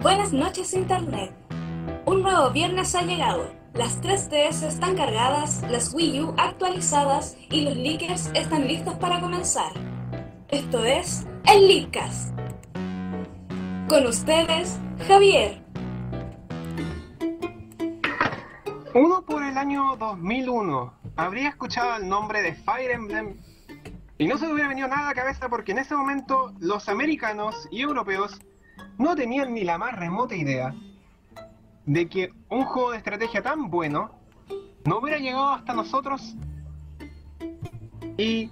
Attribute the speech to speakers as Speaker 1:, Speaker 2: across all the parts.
Speaker 1: Buenas noches Internet. Un nuevo viernes ha llegado. Las 3DS están cargadas, las Wii U actualizadas y los leakers están listos para comenzar. Esto es el Leakcast. Con ustedes, Javier.
Speaker 2: Uno por el año 2001 habría escuchado el nombre de Fire Emblem y no se le hubiera venido nada a la cabeza porque en ese momento los americanos y europeos no tenían ni la más remota idea de que un juego de estrategia tan bueno no hubiera llegado hasta nosotros. Y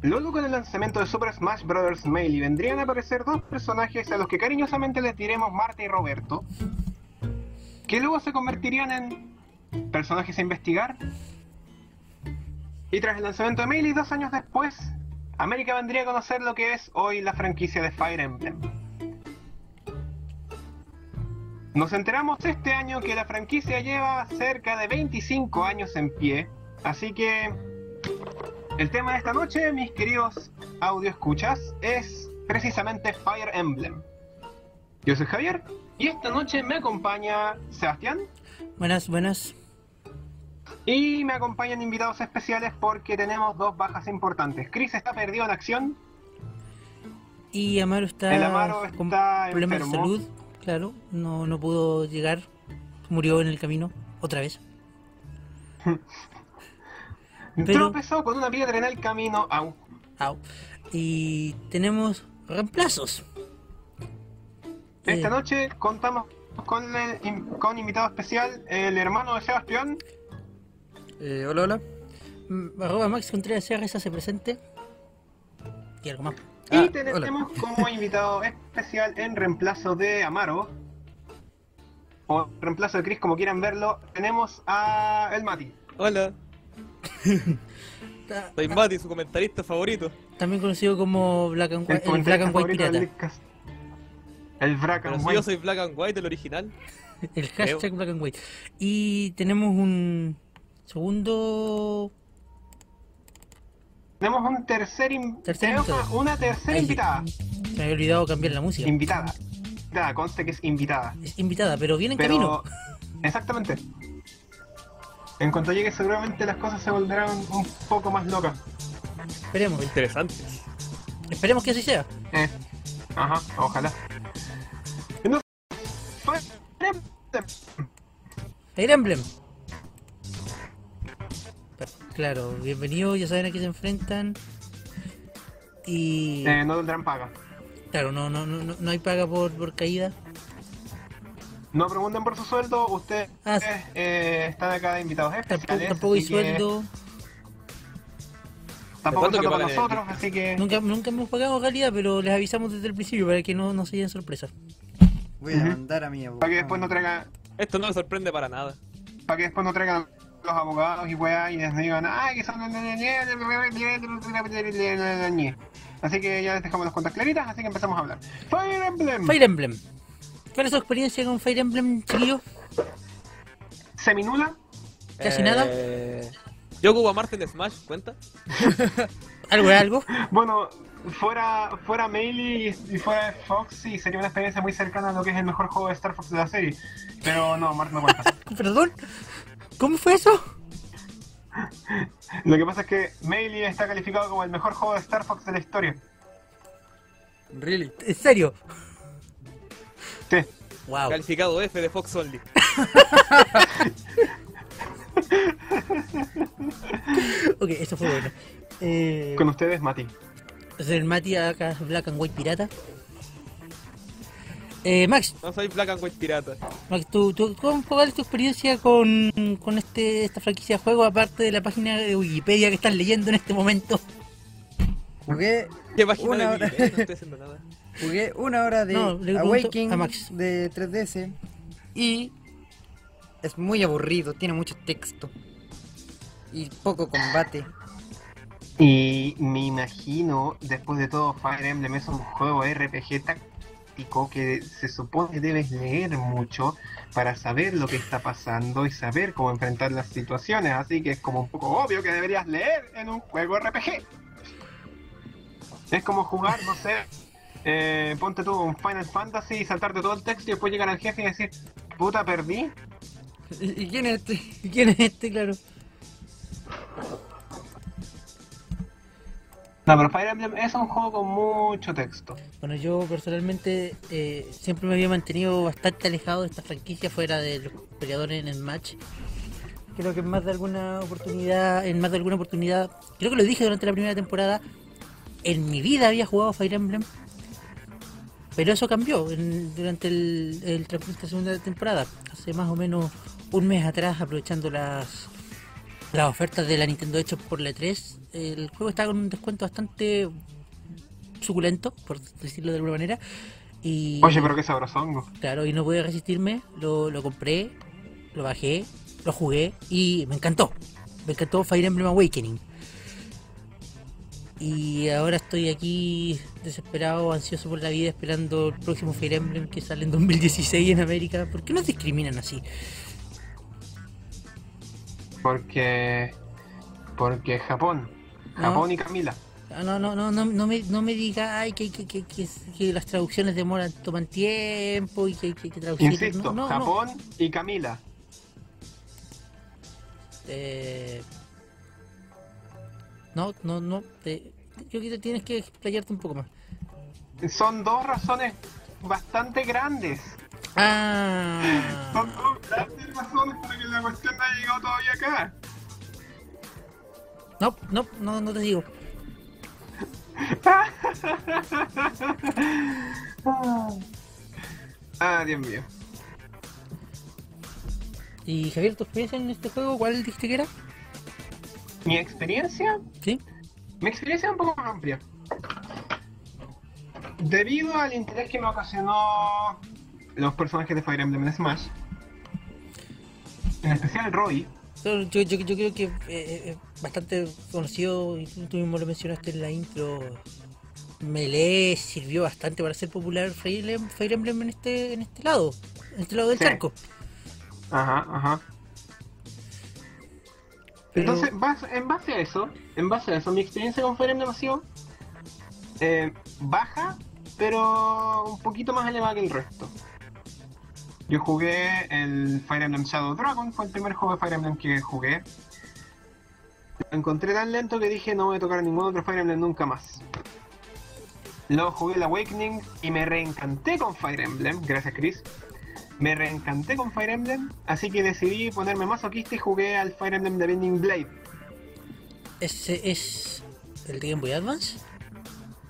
Speaker 2: luego con el lanzamiento de Super Smash Bros. Melee vendrían a aparecer dos personajes a los que cariñosamente les diremos Marta y Roberto, que luego se convertirían en personajes a investigar. Y tras el lanzamiento de Melee, dos años después, América vendría a conocer lo que es hoy la franquicia de Fire Emblem. Nos enteramos este año que la franquicia lleva cerca de 25 años en pie, así que el tema de esta noche, mis queridos audio escuchas, es precisamente Fire Emblem. Yo soy Javier y esta noche me acompaña Sebastián
Speaker 3: Buenas, buenas.
Speaker 2: y me acompañan invitados especiales porque tenemos dos bajas importantes. Chris está perdido en acción,
Speaker 3: Y Amaro está
Speaker 2: El Amaro
Speaker 3: con
Speaker 2: está
Speaker 3: problemas de
Speaker 2: enfermo.
Speaker 3: salud, claro, no, no pudo llegar, murió en el camino, otra vez. Pero-
Speaker 2: tropezó con una piedra en el camino, au.
Speaker 3: Au. Y tenemos reemplazos.
Speaker 2: Esta
Speaker 3: Eh,
Speaker 2: noche contamos con, el, con invitado especial, el hermano de Sebastián.
Speaker 4: Eh, hola, hola.
Speaker 3: mm, Arroba Max Contreras Sierra se presente. Y algo más.
Speaker 2: Y
Speaker 4: Ah,
Speaker 2: te
Speaker 4: hola.
Speaker 2: tenemos como invitado especial en reemplazo de Amaro. O reemplazo de Chris, como quieran verlo. Tenemos a el Mati.
Speaker 4: Hola,
Speaker 3: Ta-
Speaker 4: soy Mati, su comentarista favorito.
Speaker 3: También conocido como Black and, Whi- el Black
Speaker 2: comentarista
Speaker 3: and White
Speaker 2: favorito del
Speaker 3: Pirata.
Speaker 2: Leadcast. El Black
Speaker 4: Pero
Speaker 2: and
Speaker 4: si yo
Speaker 2: White.
Speaker 4: soy Black and White, el original.
Speaker 3: El hashtag Black and White. Y tenemos un segundo
Speaker 2: Tenemos un tercer, in-
Speaker 3: Tercer
Speaker 2: tenemos
Speaker 3: invitado.
Speaker 2: una tercera
Speaker 3: Ay,
Speaker 2: invitada.
Speaker 3: Se me había olvidado cambiar la música.
Speaker 2: Invitada. Invitada, conste que es invitada.
Speaker 3: Es invitada, pero viene en
Speaker 2: Pero.
Speaker 3: camino.
Speaker 2: Exactamente. En cuanto llegue, seguramente las cosas se volverán un poco más locas.
Speaker 3: Esperemos.
Speaker 4: Muy interesante.
Speaker 3: Esperemos que así sea.
Speaker 2: Eh, ajá, ojalá. Entonces, pues,
Speaker 3: Fire Emblem. Pero, Claro, bienvenidos, ya saben a qué se enfrentan. Y
Speaker 2: eh, no tendrán paga.
Speaker 3: claro, no, no, no, no- no hay paga por, por caída.
Speaker 2: No pregunten por su sueldo, ustedes
Speaker 3: Ah, sí.
Speaker 2: eh, están acá de invitados
Speaker 3: Tampoco,
Speaker 2: especiales.
Speaker 3: tampoco hay
Speaker 2: así que
Speaker 3: sueldo.
Speaker 2: Tampoco hay
Speaker 4: ¿Cuánto
Speaker 2: sueldo
Speaker 4: que
Speaker 2: para
Speaker 4: pagan en el
Speaker 2: nosotros, así que...
Speaker 3: Nunca, nunca hemos pagado en realidad, pero les avisamos desde el principio para que no, no se lleven sorpresas.
Speaker 2: Mm.
Speaker 5: Voy a mandar a mi abogado.
Speaker 2: Para que después no traigan...
Speaker 4: Esto no me sorprende para nada.
Speaker 2: Para que después no traigan los abogados y weá y les digan, ay, que son... Así que ya les dejamos los cuentas claritas, así que empezamos a hablar. Fire Emblem,
Speaker 3: Fire Emblem. ¿Cuál es su experiencia con Fire Emblem, chiquillo?
Speaker 2: Seminula,
Speaker 3: Casi
Speaker 4: Eh,
Speaker 3: nada.
Speaker 4: Yo ocupo a Marte en Smash, ¿cuenta?
Speaker 3: ¿Algo es algo?
Speaker 2: Bueno, fuera, fuera Melee y, y fuera Fox, sí, sería una experiencia muy cercana a lo que es el mejor juego de Star Fox de la serie. Pero no, Mark no cuenta.
Speaker 3: ¿Perdón? ¿Cómo fue eso?
Speaker 2: lo que pasa es que Melee está calificado como el mejor juego de Star Fox de la historia.
Speaker 4: Really.
Speaker 3: ¿En serio?
Speaker 2: Sí.
Speaker 3: Wow.
Speaker 4: Calificado F de Fox Only.
Speaker 3: Ok, eso fue bueno. Eh,
Speaker 2: Con ustedes, Mati.
Speaker 3: soy el Mati acá es Black and White Pirata. Eh, Max,
Speaker 4: No soy Black and White pirata.
Speaker 3: Max ¿tú, tú, ¿cómo- ¿cuál es tu experiencia con, con este, esta franquicia de juego aparte de la página de Wikipedia que estás leyendo en este momento?
Speaker 5: Jugué,
Speaker 4: ¿Qué página
Speaker 5: Una
Speaker 4: de
Speaker 5: hora.
Speaker 4: Wikipedia? No estoy haciendo nada.
Speaker 5: jugué una hora de
Speaker 3: No, le pregunto
Speaker 5: Awakening
Speaker 3: a Max.
Speaker 5: de 3DS y es muy aburrido, tiene mucho texto y poco combate.
Speaker 2: Y me imagino, después de todo, Fire Emblem es un juego RPG táctico que se supone que debes leer mucho para saber lo que está pasando y saber cómo enfrentar las situaciones. Así que es como un poco obvio que deberías leer en un juego RPG. Es como jugar, no sé, eh, ponte tú un Final Fantasy y saltarte todo el texto y después llegar al jefe y decir, puta, perdí.
Speaker 5: ¿Y, y quién es este?
Speaker 3: ¿Y quién es este, claro?
Speaker 2: No, pero Fire Emblem es un juego con mucho texto.
Speaker 3: Bueno, yo personalmente eh, siempre me había mantenido bastante alejado de esta franquicia fuera de los peleadores en el match. Creo que en más de alguna oportunidad, en más de alguna oportunidad, creo que lo dije durante la primera temporada, en mi vida había jugado Fire Emblem. Pero eso cambió en- durante el, el transcurso de la segunda temporada. Hace más o menos un mes atrás, aprovechando las, las ofertas de la Nintendo hechas por la 3, el juego estaba con un descuento bastante suculento, por decirlo de alguna manera. Y,
Speaker 2: Oye, pero qué sabrosongo.
Speaker 3: Claro, y no pude resistirme, lo, lo compré, lo bajé, lo jugué y me encantó. Me encantó Fire Emblem Awakening. Y ahora estoy aquí desesperado, ansioso por la vida, esperando el próximo Fire Emblem que sale en 2016 en América. ¿Por qué nos discriminan así?
Speaker 2: Porque. Porque Japón.
Speaker 3: No.
Speaker 2: Japón y Camila.
Speaker 3: Ah, No, no, no, no, no me, no me diga ay, que, que, que, que- que las traducciones demoran, toman tiempo y que, que, que traducir.
Speaker 2: Insisto,
Speaker 3: no, no, no.
Speaker 2: Japón y Camila.
Speaker 3: Eh, no, no, no. te- yo creo que tienes que explayarte un poco más.
Speaker 2: Son dos razones bastante grandes. Son
Speaker 3: Ah,
Speaker 2: dos grandes razones para que la cuestión no ha llegado todavía acá.
Speaker 3: no, no, no, no te digo.
Speaker 2: Ah, Dios mío.
Speaker 3: Y Javier, ¿tu experiencia en este juego cuál dijiste que era?
Speaker 2: Mi experiencia
Speaker 3: Sí.
Speaker 2: Mi experiencia es un poco más amplia. Debido al interés que me ocasionó los personajes de Fire Emblem en Smash, en especial Roy,
Speaker 3: Yo, yo, yo- yo creo que eh, eh, eh, bastante conocido, y tú tú mismo lo mencionaste en la intro. Melee sirvió bastante para hacer popular Fire Emblem, Fire Emblem en este, en este lado, en este lado del
Speaker 2: Sí.
Speaker 3: charco.
Speaker 2: ajá, ajá.
Speaker 3: Pero-
Speaker 2: Entonces, bas- en base a eso, en base a eso, mi experiencia con Fire Emblem ha sido eh, baja, pero un poquito más elevada que el resto. Yo jugué el Fire Emblem Shadow Dragon, fue el primer juego de Fire Emblem que jugué. Lo encontré tan lento que dije no voy a tocar ningún otro Fire Emblem nunca más. Luego jugué el Awakening y me reencanté con Fire Emblem, gracias Chris. Me reencanté con Fire Emblem, así que decidí ponerme masoquista y jugué al Fire Emblem de Bending Blade,
Speaker 3: Ese es el de Game Boy Advance.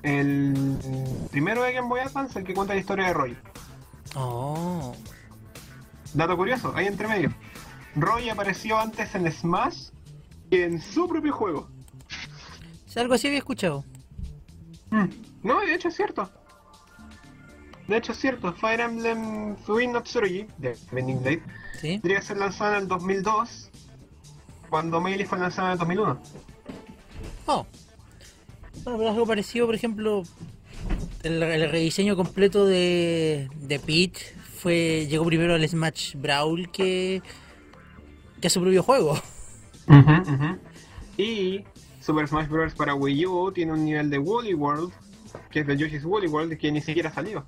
Speaker 2: el primero de Game Boy Advance, el que cuenta la historia de Roy.
Speaker 3: Oh,
Speaker 2: Dato curioso, ahí entre medio. Roy apareció antes en Smash que en su propio juego.
Speaker 3: Sí, Algo así había escuchado.
Speaker 2: Mm. No, de hecho es cierto. De hecho es cierto, Fire Emblem Three Not Tsurugi de Bending Blade
Speaker 3: Sí.
Speaker 2: Podría ser lanzada en el 2002, cuando Melee fue lanzada en el 2001.
Speaker 3: Oh. Bueno, pero algo parecido, por ejemplo, el, el rediseño completo de, de Pete fue, llegó primero al Smash Brawl que, que a su propio juego.
Speaker 2: Y Super Smash Bros. para Wii U tiene un nivel de Woolly World, que es de Yoshi's Woolly World, que ni siquiera salió.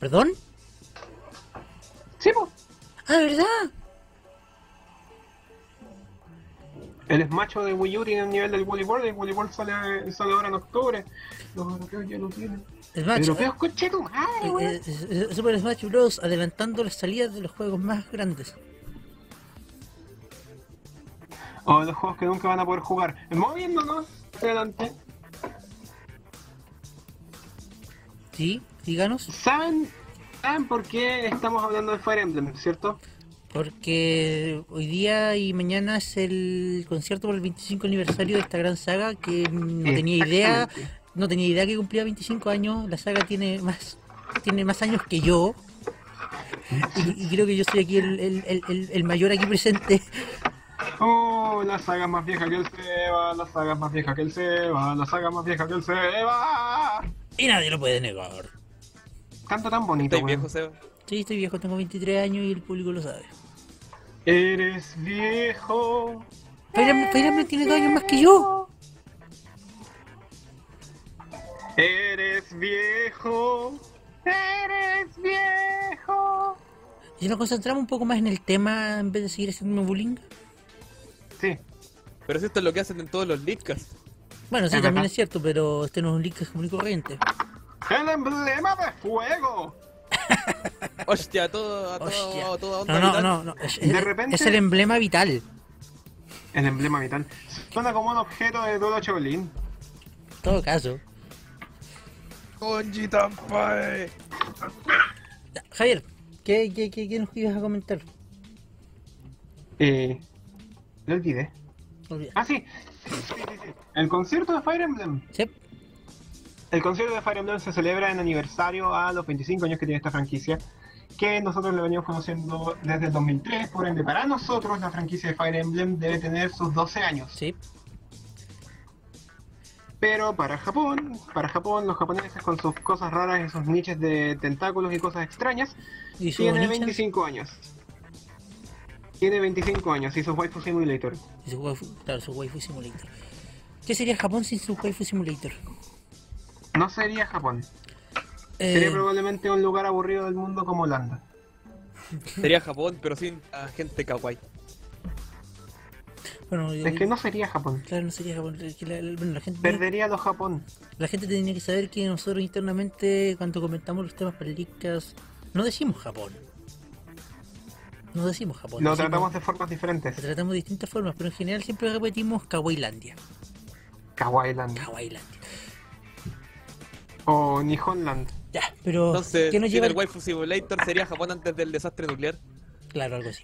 Speaker 3: ¿Perdón?
Speaker 2: Sí, po.
Speaker 3: Ah, ¿verdad?
Speaker 2: El Smash de Wii U tiene un nivel del Woolly World, el Woolly World sale, sale ahora en octubre. Los europeos ya lo tienen.
Speaker 3: Smash.
Speaker 2: europeos, coche tu madre, weón.
Speaker 3: eh, eh, Super Smash Bros. adelantando las salidas de los juegos más grandes.
Speaker 2: O los juegos que nunca van a poder jugar. Moviéndonos hacia adelante.
Speaker 3: Sí, díganos.
Speaker 2: ¿Saben, ¿Saben por qué estamos hablando de Fire Emblem, cierto?
Speaker 3: Porque hoy día y mañana es el concierto por el 25 aniversario de esta gran saga que no tenía idea,
Speaker 2: Exactamente.
Speaker 3: no tenía idea que cumplía 25 años. La saga tiene más tiene más años que yo. Y, y creo que yo soy aquí el, el- el- el- el mayor aquí presente.
Speaker 2: Oh, la saga más vieja que el Seba, la saga más vieja que el Seba, la saga más vieja que el Seba.
Speaker 3: Y nadie lo puede negar.
Speaker 2: Canta tan bonito,
Speaker 4: ¿Estáis
Speaker 2: weón.
Speaker 4: viejo, Seba?
Speaker 3: Sí, estoy viejo, tengo 23 años y el público lo sabe.
Speaker 2: Eres viejo.
Speaker 3: Fire Emblem- Fire Emblem tiene dos años más que yo.
Speaker 2: Eres viejo, eres viejo.
Speaker 3: Si nos concentramos un poco más en el tema en vez de seguir haciendo bullying.
Speaker 2: Sí,
Speaker 4: Pero si esto es lo que hacen en todos los leakcasts.
Speaker 3: Bueno, sí,
Speaker 5: Ajá.
Speaker 3: también es cierto, pero este no es un link que es común y corriente.
Speaker 2: el emblema de fuego.
Speaker 4: Hostia, todo, a todo,
Speaker 3: Hostia.
Speaker 4: a toda onda
Speaker 3: No, no,
Speaker 4: vital.
Speaker 3: no. no. Es,
Speaker 2: De
Speaker 3: es-
Speaker 2: repente-
Speaker 3: es el emblema vital.
Speaker 2: El emblema vital. Suena como un objeto de duelo Shaolin.
Speaker 3: En todo caso.
Speaker 4: Konji
Speaker 2: eh.
Speaker 4: Tampai.
Speaker 3: Ya, Javier, ¿qué, qué, qué, qué nos ibas a comentar?
Speaker 2: Eh, lo olvidé.
Speaker 3: Olvida.
Speaker 2: Ah, sí. Sí, sí, sí. El concierto de Fire Emblem.
Speaker 3: Sí,
Speaker 2: El concierto de Fire Emblem se celebra en aniversario a los 25 años que tiene esta franquicia, que nosotros la venimos conociendo desde el 2003, por ende para nosotros la franquicia de Fire Emblem debe tener sus 12 años.
Speaker 3: sí.
Speaker 2: Pero para Japón, para Japón los japoneses con sus cosas raras, esos niches de tentáculos y cosas extrañas,
Speaker 3: ¿Y sus
Speaker 2: tiene
Speaker 3: nichas?
Speaker 2: 25 años. Tiene 25 años y sus waifu simulator.
Speaker 3: Y su waifu, claro, su waifu simulator. ¿Qué sería Japón sin su waifu simulator?
Speaker 2: No sería Japón.
Speaker 3: Eh,
Speaker 2: Sería probablemente un lugar aburrido del mundo como Holanda.
Speaker 4: Sería Japón, pero sin a gente kawaii.
Speaker 3: Oh. bueno, yo-
Speaker 2: Es que no sería Japón.
Speaker 3: claro, no sería Japón. es que la, la- bueno, la gente,
Speaker 2: Perdería los Japón.
Speaker 3: la gente tenía que saber que nosotros internamente, cuando comentamos los temas para el Leakcast, no decimos Japón. No decimos Japón.
Speaker 2: Lo
Speaker 3: decimos-
Speaker 2: tratamos de formas
Speaker 3: Lo
Speaker 2: diferentes.
Speaker 3: tratamos de distintas formas, pero en general siempre repetimos Kawailandia.
Speaker 2: Kawailand
Speaker 3: Kawailandia.
Speaker 2: o Nihonland.
Speaker 3: Ya, pero
Speaker 4: Entonces,
Speaker 3: ¿qué nos
Speaker 4: sin
Speaker 3: lleva?
Speaker 4: el Waifu Simulator sería Japón antes del desastre nuclear.
Speaker 3: Claro, algo así.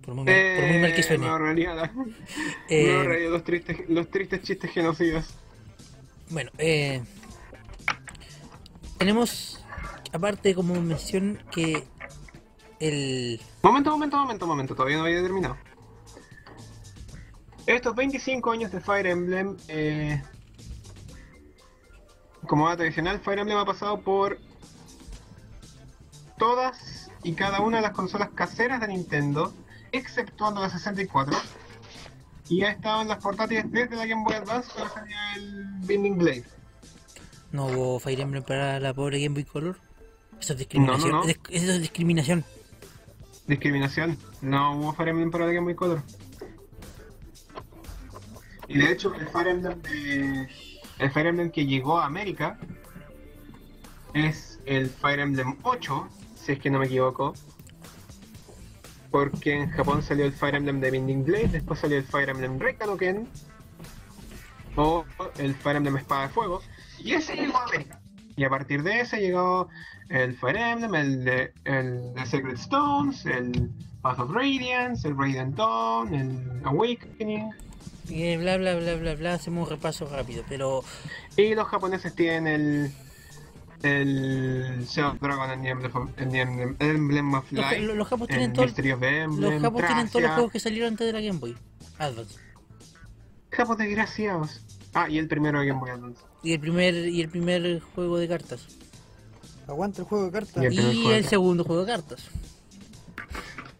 Speaker 3: Por muy mal, por muy mal que
Speaker 2: Eh,
Speaker 3: suene.
Speaker 2: Me ahorraría, la- me
Speaker 3: Eh,
Speaker 2: ahorraría los, tristes, los tristes chistes genocidas.
Speaker 3: Bueno, eh, tenemos, aparte como mención, que el...
Speaker 2: Momento, momento, momento, momento. Todavía no había terminado. Estos 25 años de Fire Emblem, eh, como va tradicional, Fire Emblem ha pasado por todas y cada una de las consolas caseras de Nintendo, exceptuando la 64, y ha estado en las portátiles desde la Game Boy Advance cuando salió el Binding Blade.
Speaker 3: No hubo Fire Emblem para la pobre Game Boy Color. Eso es
Speaker 2: No, no,
Speaker 3: discriminación.
Speaker 2: no.
Speaker 3: es- Eso es discriminación.
Speaker 2: Discriminación. No hubo Fire Emblem para la Game Boy Color. Y de hecho, el Fire Emblem, de- el Fire Emblem que llegó a América es el Fire Emblem 8, si es que no me equivoco. Porque en Japón salió el Fire Emblem de Binding Blade, después salió el Fire Emblem Ken o el Fire Emblem Espada de Fuego, y ese llegó a América. Y a partir de ese llegó el Fire Emblem, el de, el de Sacred Stones, el Path of Radiance, el Radiant Dawn, el Awakening.
Speaker 3: Eh, bla, bla, bla, bla, bla. Hacemos un repaso rápido. Pero
Speaker 2: Y los japoneses tienen el. El Shadow Dragon, el Emblem of, el Emblem- el Emblem of
Speaker 3: los,
Speaker 2: Light,
Speaker 3: los, los japos
Speaker 2: el
Speaker 3: tienen, todo,
Speaker 2: Mystery of Emblem,
Speaker 3: los japos tienen todos los
Speaker 2: Tracia.
Speaker 3: juegos que salieron antes de la Game Boy Advance.
Speaker 2: Japos desgraciados. Ah, y el primero de Game Boy Advance.
Speaker 3: Y el primer, y el primer juego de cartas.
Speaker 5: Aguanta el juego de cartas.
Speaker 2: Y el primer
Speaker 3: Y
Speaker 2: juego de
Speaker 3: el
Speaker 2: cartas.
Speaker 3: segundo juego de cartas.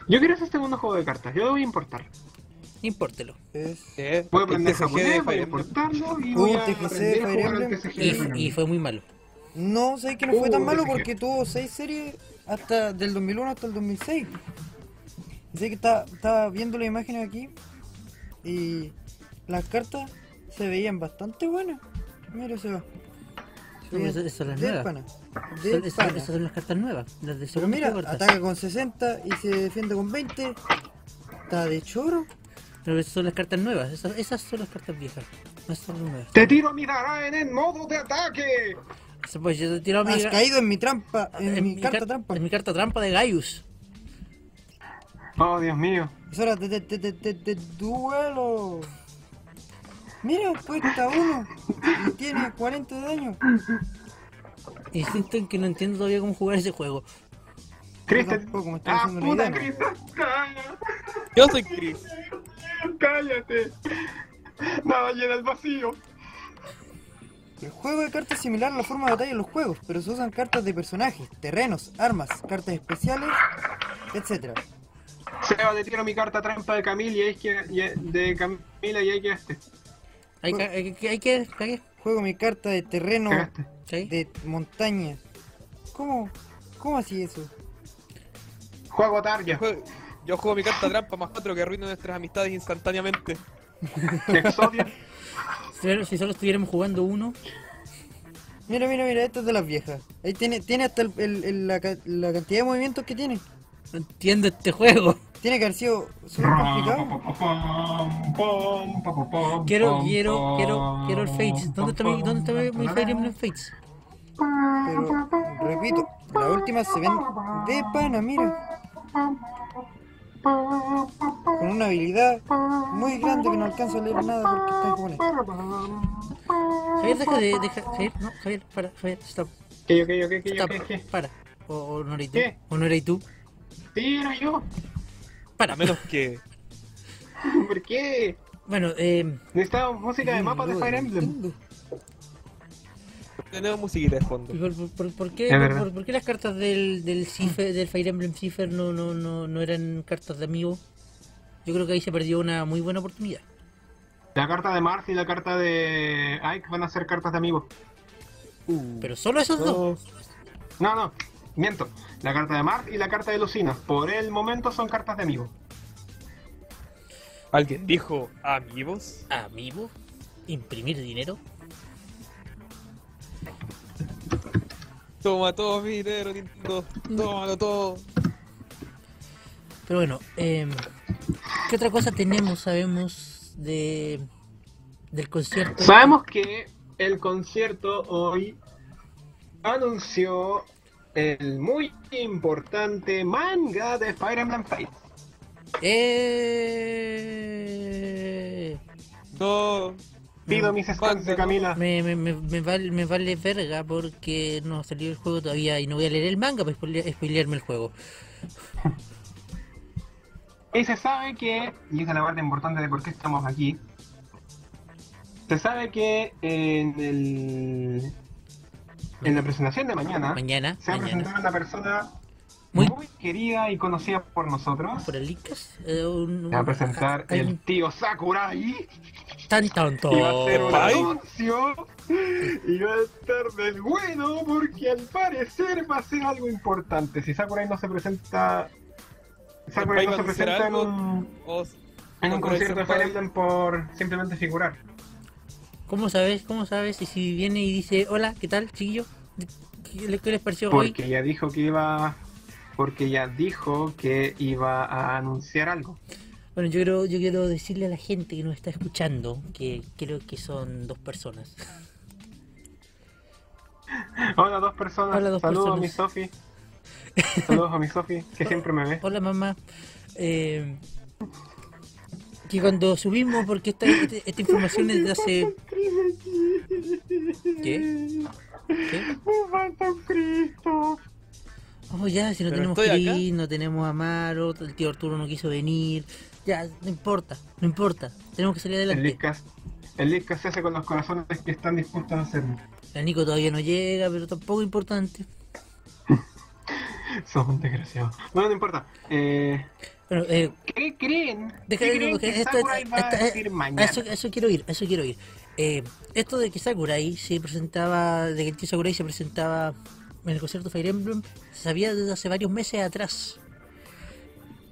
Speaker 2: Yo quiero ese segundo juego de cartas, yo lo voy a importar.
Speaker 3: Impórtelo.
Speaker 5: Es-
Speaker 4: ¿Eh?
Speaker 2: Voy a aprender
Speaker 4: El TCG de
Speaker 2: japonés, pues, voy a
Speaker 4: Fire Emblem.
Speaker 2: importarlo y
Speaker 5: Oh,
Speaker 2: voy a
Speaker 5: TCG de
Speaker 2: aprender a
Speaker 5: Fire
Speaker 2: jugar al
Speaker 5: Emblem.
Speaker 2: TCG de Fire Emblem.
Speaker 3: Y, y fue muy malo.
Speaker 5: No, sé que no fue
Speaker 2: Uh,
Speaker 5: tan malo
Speaker 2: dije.
Speaker 5: porque tuvo seis series hasta del 2001 hasta el 2006. Sé que estaba, estaba viendo las imágenes aquí y las cartas se veían bastante buenas. Mira, se va.
Speaker 3: No, pero esas- esas son las
Speaker 5: del
Speaker 3: nuevas.
Speaker 5: pana.
Speaker 3: Son-
Speaker 5: Del
Speaker 3: esas,
Speaker 5: pana.
Speaker 3: esas son las cartas nuevas. Las de
Speaker 5: Pero
Speaker 3: segundo
Speaker 5: mira,
Speaker 3: juego de cartas.
Speaker 5: ataca con 60 y se defiende con 20. Está de choro.
Speaker 3: Pero esas son las cartas nuevas, esas, esas son las cartas viejas, no son las nuevas.
Speaker 2: Te tiro a mi en el modo de ataque.
Speaker 3: Eso, Pues yo te tiro a mi,
Speaker 5: Has caído en mi trampa, en, mi, carta
Speaker 3: car-
Speaker 5: trampa.
Speaker 3: en mi carta trampa de Gaius.
Speaker 2: Oh, Dios mío.
Speaker 5: Es hora de, de, de, de, de- de duelo. Mira, cuesta uno y tiene 40 de daño.
Speaker 3: Insisto en que no entiendo todavía cómo jugar ese juego.
Speaker 2: Chris,
Speaker 5: Yo
Speaker 2: te...
Speaker 5: tampoco me estoy
Speaker 2: Ah,
Speaker 5: haciendo la
Speaker 2: puta,
Speaker 5: idea,
Speaker 2: Chris. Cállate.
Speaker 4: Yo soy Chris.
Speaker 2: Cállate. Nada llena el vacío.
Speaker 5: El juego de cartas es similar a la forma de batalla de los juegos, pero se usan cartas de personajes, terrenos, armas, cartas especiales, etc.
Speaker 2: Seba, te tiro mi carta trampa de Camila y ahí que... y- De Camila y ahí quedaste.
Speaker 3: Hay que, hay que, hay que, hay que-
Speaker 5: Juego mi carta de terreno,
Speaker 2: Cagaste.
Speaker 3: ¿cachai?
Speaker 5: de montaña. ¿Cómo? ¿Cómo así eso?
Speaker 2: Juego Tarja.
Speaker 4: Jue- Yo juego mi carta trampa más cuatro que arruino nuestras amistades instantáneamente.
Speaker 2: Exodia.
Speaker 3: Si- Si solo estuviéramos jugando uno,
Speaker 5: Mira, mira, mira, esta es de las viejas. Ahí tiene, tiene hasta el- el- el- la, ca- la cantidad de movimientos que tiene.
Speaker 3: no entiendo este juego.
Speaker 5: Tiene que haber sido súper complicado.
Speaker 3: Quiero, quiero, quiero, quiero el Fates. ¿Dónde está mi, dónde está mi, mi Fire Emblem Fates?
Speaker 5: Pero, repito, la última se ven de pana, mira. Con una habilidad muy grande que no alcanzo a leer nada porque está en japonés.
Speaker 3: Javier, deja de, deja, Javier, no, Javier, para, Javier, stop,
Speaker 2: Que yo, que yo, que yo,
Speaker 3: stop,
Speaker 2: que que-
Speaker 3: para. O, o no eres tú,
Speaker 2: ¿Qué?
Speaker 3: o no eres tú,
Speaker 2: Sí, era yo.
Speaker 3: para.
Speaker 4: A menos que.
Speaker 2: ¿Por qué?
Speaker 3: Bueno, eh,
Speaker 2: Necesitábamos música de mapa de Fire Emblem.
Speaker 4: Tenemos musiquita de fondo.
Speaker 3: ¿por, por- por- por qué,
Speaker 2: Es verdad.
Speaker 3: por, por qué las cartas del, del Cipher, del Fire Emblem Cipher no, no, no, no eran cartas de amigo? Yo creo que ahí se perdió una muy buena oportunidad.
Speaker 2: La carta de Mars y la carta de Ike van a ser cartas de amigos.
Speaker 4: Uh,
Speaker 3: Pero solo esos
Speaker 2: Oh.
Speaker 3: dos.
Speaker 2: No, no, miento. La carta de Mars y la carta de Lucina. Por el momento son cartas de amigos.
Speaker 4: ¿Alguien dijo amigos?
Speaker 3: Amigo, imprimir dinero.
Speaker 4: Toma todo mi dinero, Nintendo. Tómalo todo.
Speaker 3: Pero bueno, eh, ¿qué otra cosa tenemos, sabemos, de del concierto?
Speaker 2: Sabemos que el concierto hoy anunció el muy importante manga de Fire Emblem Fates.
Speaker 3: Eh,
Speaker 4: No.
Speaker 2: Pido mis scans de Camila.
Speaker 3: me, me, me, me vale, me vale verga porque no ha salido el juego todavía y no voy a leer el manga para spoile- spoilearme el juego.
Speaker 2: Y se sabe que, y esa es la parte importante de por qué estamos aquí, se sabe que en el... En la presentación de mañana,
Speaker 3: Mañana,
Speaker 2: Ah, se va a presentar
Speaker 3: mañana.
Speaker 2: una persona
Speaker 3: Muy-
Speaker 2: muy, querida y conocida por nosotros.
Speaker 3: ¿Por el Icas? Eh, un-
Speaker 2: Se va a presentar
Speaker 3: hay
Speaker 2: el tío Sakurai.
Speaker 3: Tan tonto.
Speaker 2: Y va a ser un
Speaker 4: Ay.
Speaker 2: anuncio. Y va a estar del bueno porque al parecer va a ser algo importante. Si Sakurai no se presenta... Sakurai no
Speaker 4: Senpai va
Speaker 2: se
Speaker 4: a hacer
Speaker 2: presenta en
Speaker 4: algo.
Speaker 2: un...
Speaker 4: O-
Speaker 2: En un
Speaker 4: Sakurai
Speaker 2: concierto de
Speaker 4: Senpai.
Speaker 2: Fire Emblem por simplemente figurar.
Speaker 3: ¿Cómo sabes? ¿Cómo sabes? Y si viene y dice, hola, ¿qué tal, chiquillo? ¿Qué, le- qué les pareció hoy?
Speaker 2: Porque ya dijo que iba. Porque ya dijo que iba a anunciar algo.
Speaker 3: Bueno, yo quiero, yo quiero decirle a la gente que nos está escuchando, que creo que son dos personas.
Speaker 2: Hola, dos personas.
Speaker 3: Hola, dos
Speaker 2: Saludos a mi
Speaker 3: personas.
Speaker 2: Sofi. Saludos a mi Sofi, que siempre me ve.
Speaker 3: Hola mamá. Eh, que cuando subimos, porque esta, este- esta información es de hace... ¿Qué? ¿Qué?
Speaker 2: ¡Me falta un Cristo!
Speaker 3: Oh, ya, si no
Speaker 4: Pero
Speaker 3: tenemos
Speaker 4: estoy acá.
Speaker 3: Cris, no tenemos Amaro, el tío Arturo no quiso venir. Ya, no importa, no importa. Tenemos que salir
Speaker 2: El
Speaker 3: adelante.
Speaker 2: Lickas. El Lickas se hace con los corazones que están dispuestos a hacerlo.
Speaker 3: La Nico todavía no llega, pero tampoco importante.
Speaker 2: Son un desgraciado. Bueno, no importa. Eh,
Speaker 3: Bueno, eh,
Speaker 2: ¿Qué creen?
Speaker 3: Deja
Speaker 2: ¿Qué
Speaker 3: de-
Speaker 2: creen
Speaker 3: porque
Speaker 2: que
Speaker 3: esto-
Speaker 2: Sakurai va
Speaker 3: esto-
Speaker 2: a decir
Speaker 3: a
Speaker 2: mañana?
Speaker 3: eso, a eso quiero ir, a eso quiero ir. Eh, esto de que Sakurai se presentaba, de que el tío Sakurai se presentaba en el concierto Fire Emblem, se sabía desde hace varios meses atrás.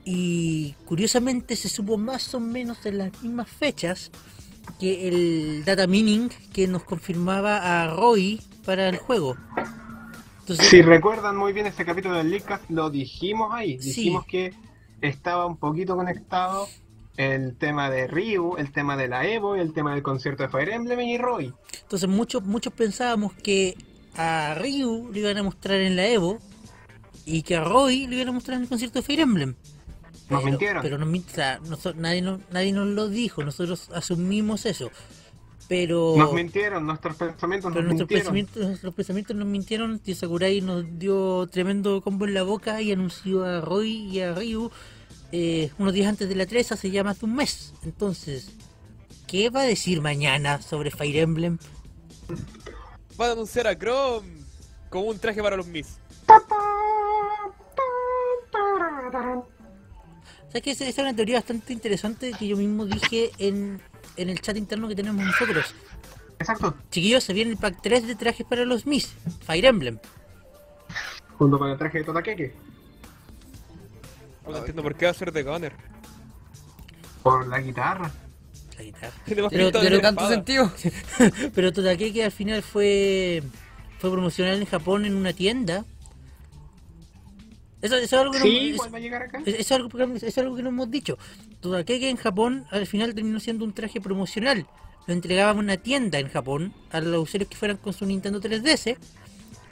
Speaker 3: Y curiosamente se supo más o menos en las mismas fechas que el data mining que nos confirmaba a Roy para el juego. Entonces,
Speaker 2: Si recuerdan muy bien ese capítulo del Leadcast, lo dijimos ahí.
Speaker 3: Sí.
Speaker 2: Dijimos que estaba un poquito conectado el tema de Ryu, el tema de la Evo, el tema del concierto de Fire Emblem y Roy.
Speaker 3: Entonces muchos, muchos pensábamos que a Ryu le iban a mostrar en la Evo y que a Roy le iban a mostrar en el concierto de Fire Emblem.
Speaker 2: Nos
Speaker 3: Pero-
Speaker 2: mintieron.
Speaker 3: Pero nos mintieron. nadie, nos, nadie nos lo dijo, nosotros asumimos eso. Pero,
Speaker 2: Nos mintieron, nuestros pensamientos
Speaker 3: Oh. pero
Speaker 2: nos
Speaker 3: nuestros,
Speaker 2: mintieron.
Speaker 3: pensamientos, nuestros pensamientos nos mintieron. Tío Sakurai nos dio tremendo combo en la boca y anunció a Roy y a Ryu eh, unos días antes de la 3, hace ya más de un mes. Entonces, ¿qué va a decir mañana sobre Fire Emblem?
Speaker 4: Va a anunciar a Chrome como un traje para los Miss.
Speaker 3: ¿Sabes que Esa esa es una teoría bastante interesante que yo mismo dije en, en el chat interno que tenemos nosotros.
Speaker 2: Exacto.
Speaker 3: Chiquillos, se viene el pack 3 de trajes para los Mis, Fire Emblem.
Speaker 2: Junto con el traje de Totakeke.
Speaker 4: No entiendo por qué va a ser de Gunner.
Speaker 2: Por la guitarra.
Speaker 3: La guitarra.
Speaker 4: Tiene más
Speaker 3: Pero-
Speaker 4: pinta de
Speaker 3: pero
Speaker 4: ser
Speaker 5: tanto
Speaker 4: espada.
Speaker 5: sentido.
Speaker 3: Pero Totakeke al final fue fue promocional en Japón en una tienda. Eso, eso es algo que no-
Speaker 2: Sí, pues,
Speaker 3: es-
Speaker 2: ¿cuál va a llegar acá?
Speaker 3: es- eso es algo que- eso es algo que no hemos dicho. Totakeke en Japón al final terminó siendo un traje promocional. Lo entregaban en una tienda en Japón a los usuarios que fueran con su Nintendo 3DS.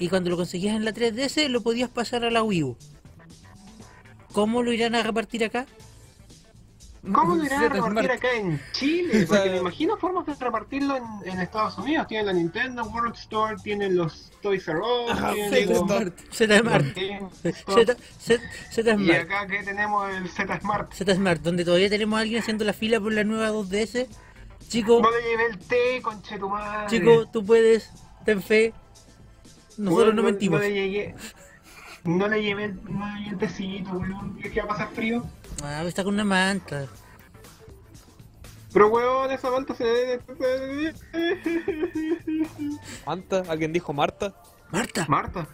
Speaker 3: Y cuando lo conseguías en la 3DS lo podías pasar a la Wii U. ¿Cómo lo irán a repartir acá?
Speaker 2: ¿Cómo lo irán a
Speaker 5: Zeta
Speaker 2: repartir
Speaker 5: Smart.
Speaker 2: acá en Chile?
Speaker 4: O sea-
Speaker 2: Porque me imagino formas de repartirlo en, en Estados Unidos. Tienen la Nintendo World Store, tienen los Toys R Us, tienen
Speaker 5: Zeta
Speaker 2: los...
Speaker 5: Smart.
Speaker 3: Z Smart.
Speaker 2: Game Store.
Speaker 3: Z Z- Z
Speaker 2: Y
Speaker 3: Smart.
Speaker 2: acá que tenemos el Z Smart.
Speaker 3: Z Smart, donde todavía tenemos a alguien haciendo la fila por la nueva 2DS. Chico,
Speaker 2: No le llevé el té, conchetumadre.
Speaker 3: chico, tú puedes, ten fe. Nosotros
Speaker 2: Weón,
Speaker 3: no mentimos.
Speaker 2: No le llegué... No le llevé el, no le llevé el tecito, weón. ¿Crees que va a pasar frío?
Speaker 3: Ah, está con una manta.
Speaker 2: Pero, weón, esa malta se debe...
Speaker 4: Manta, alguien dijo Marta.
Speaker 3: Marta.
Speaker 2: Marta.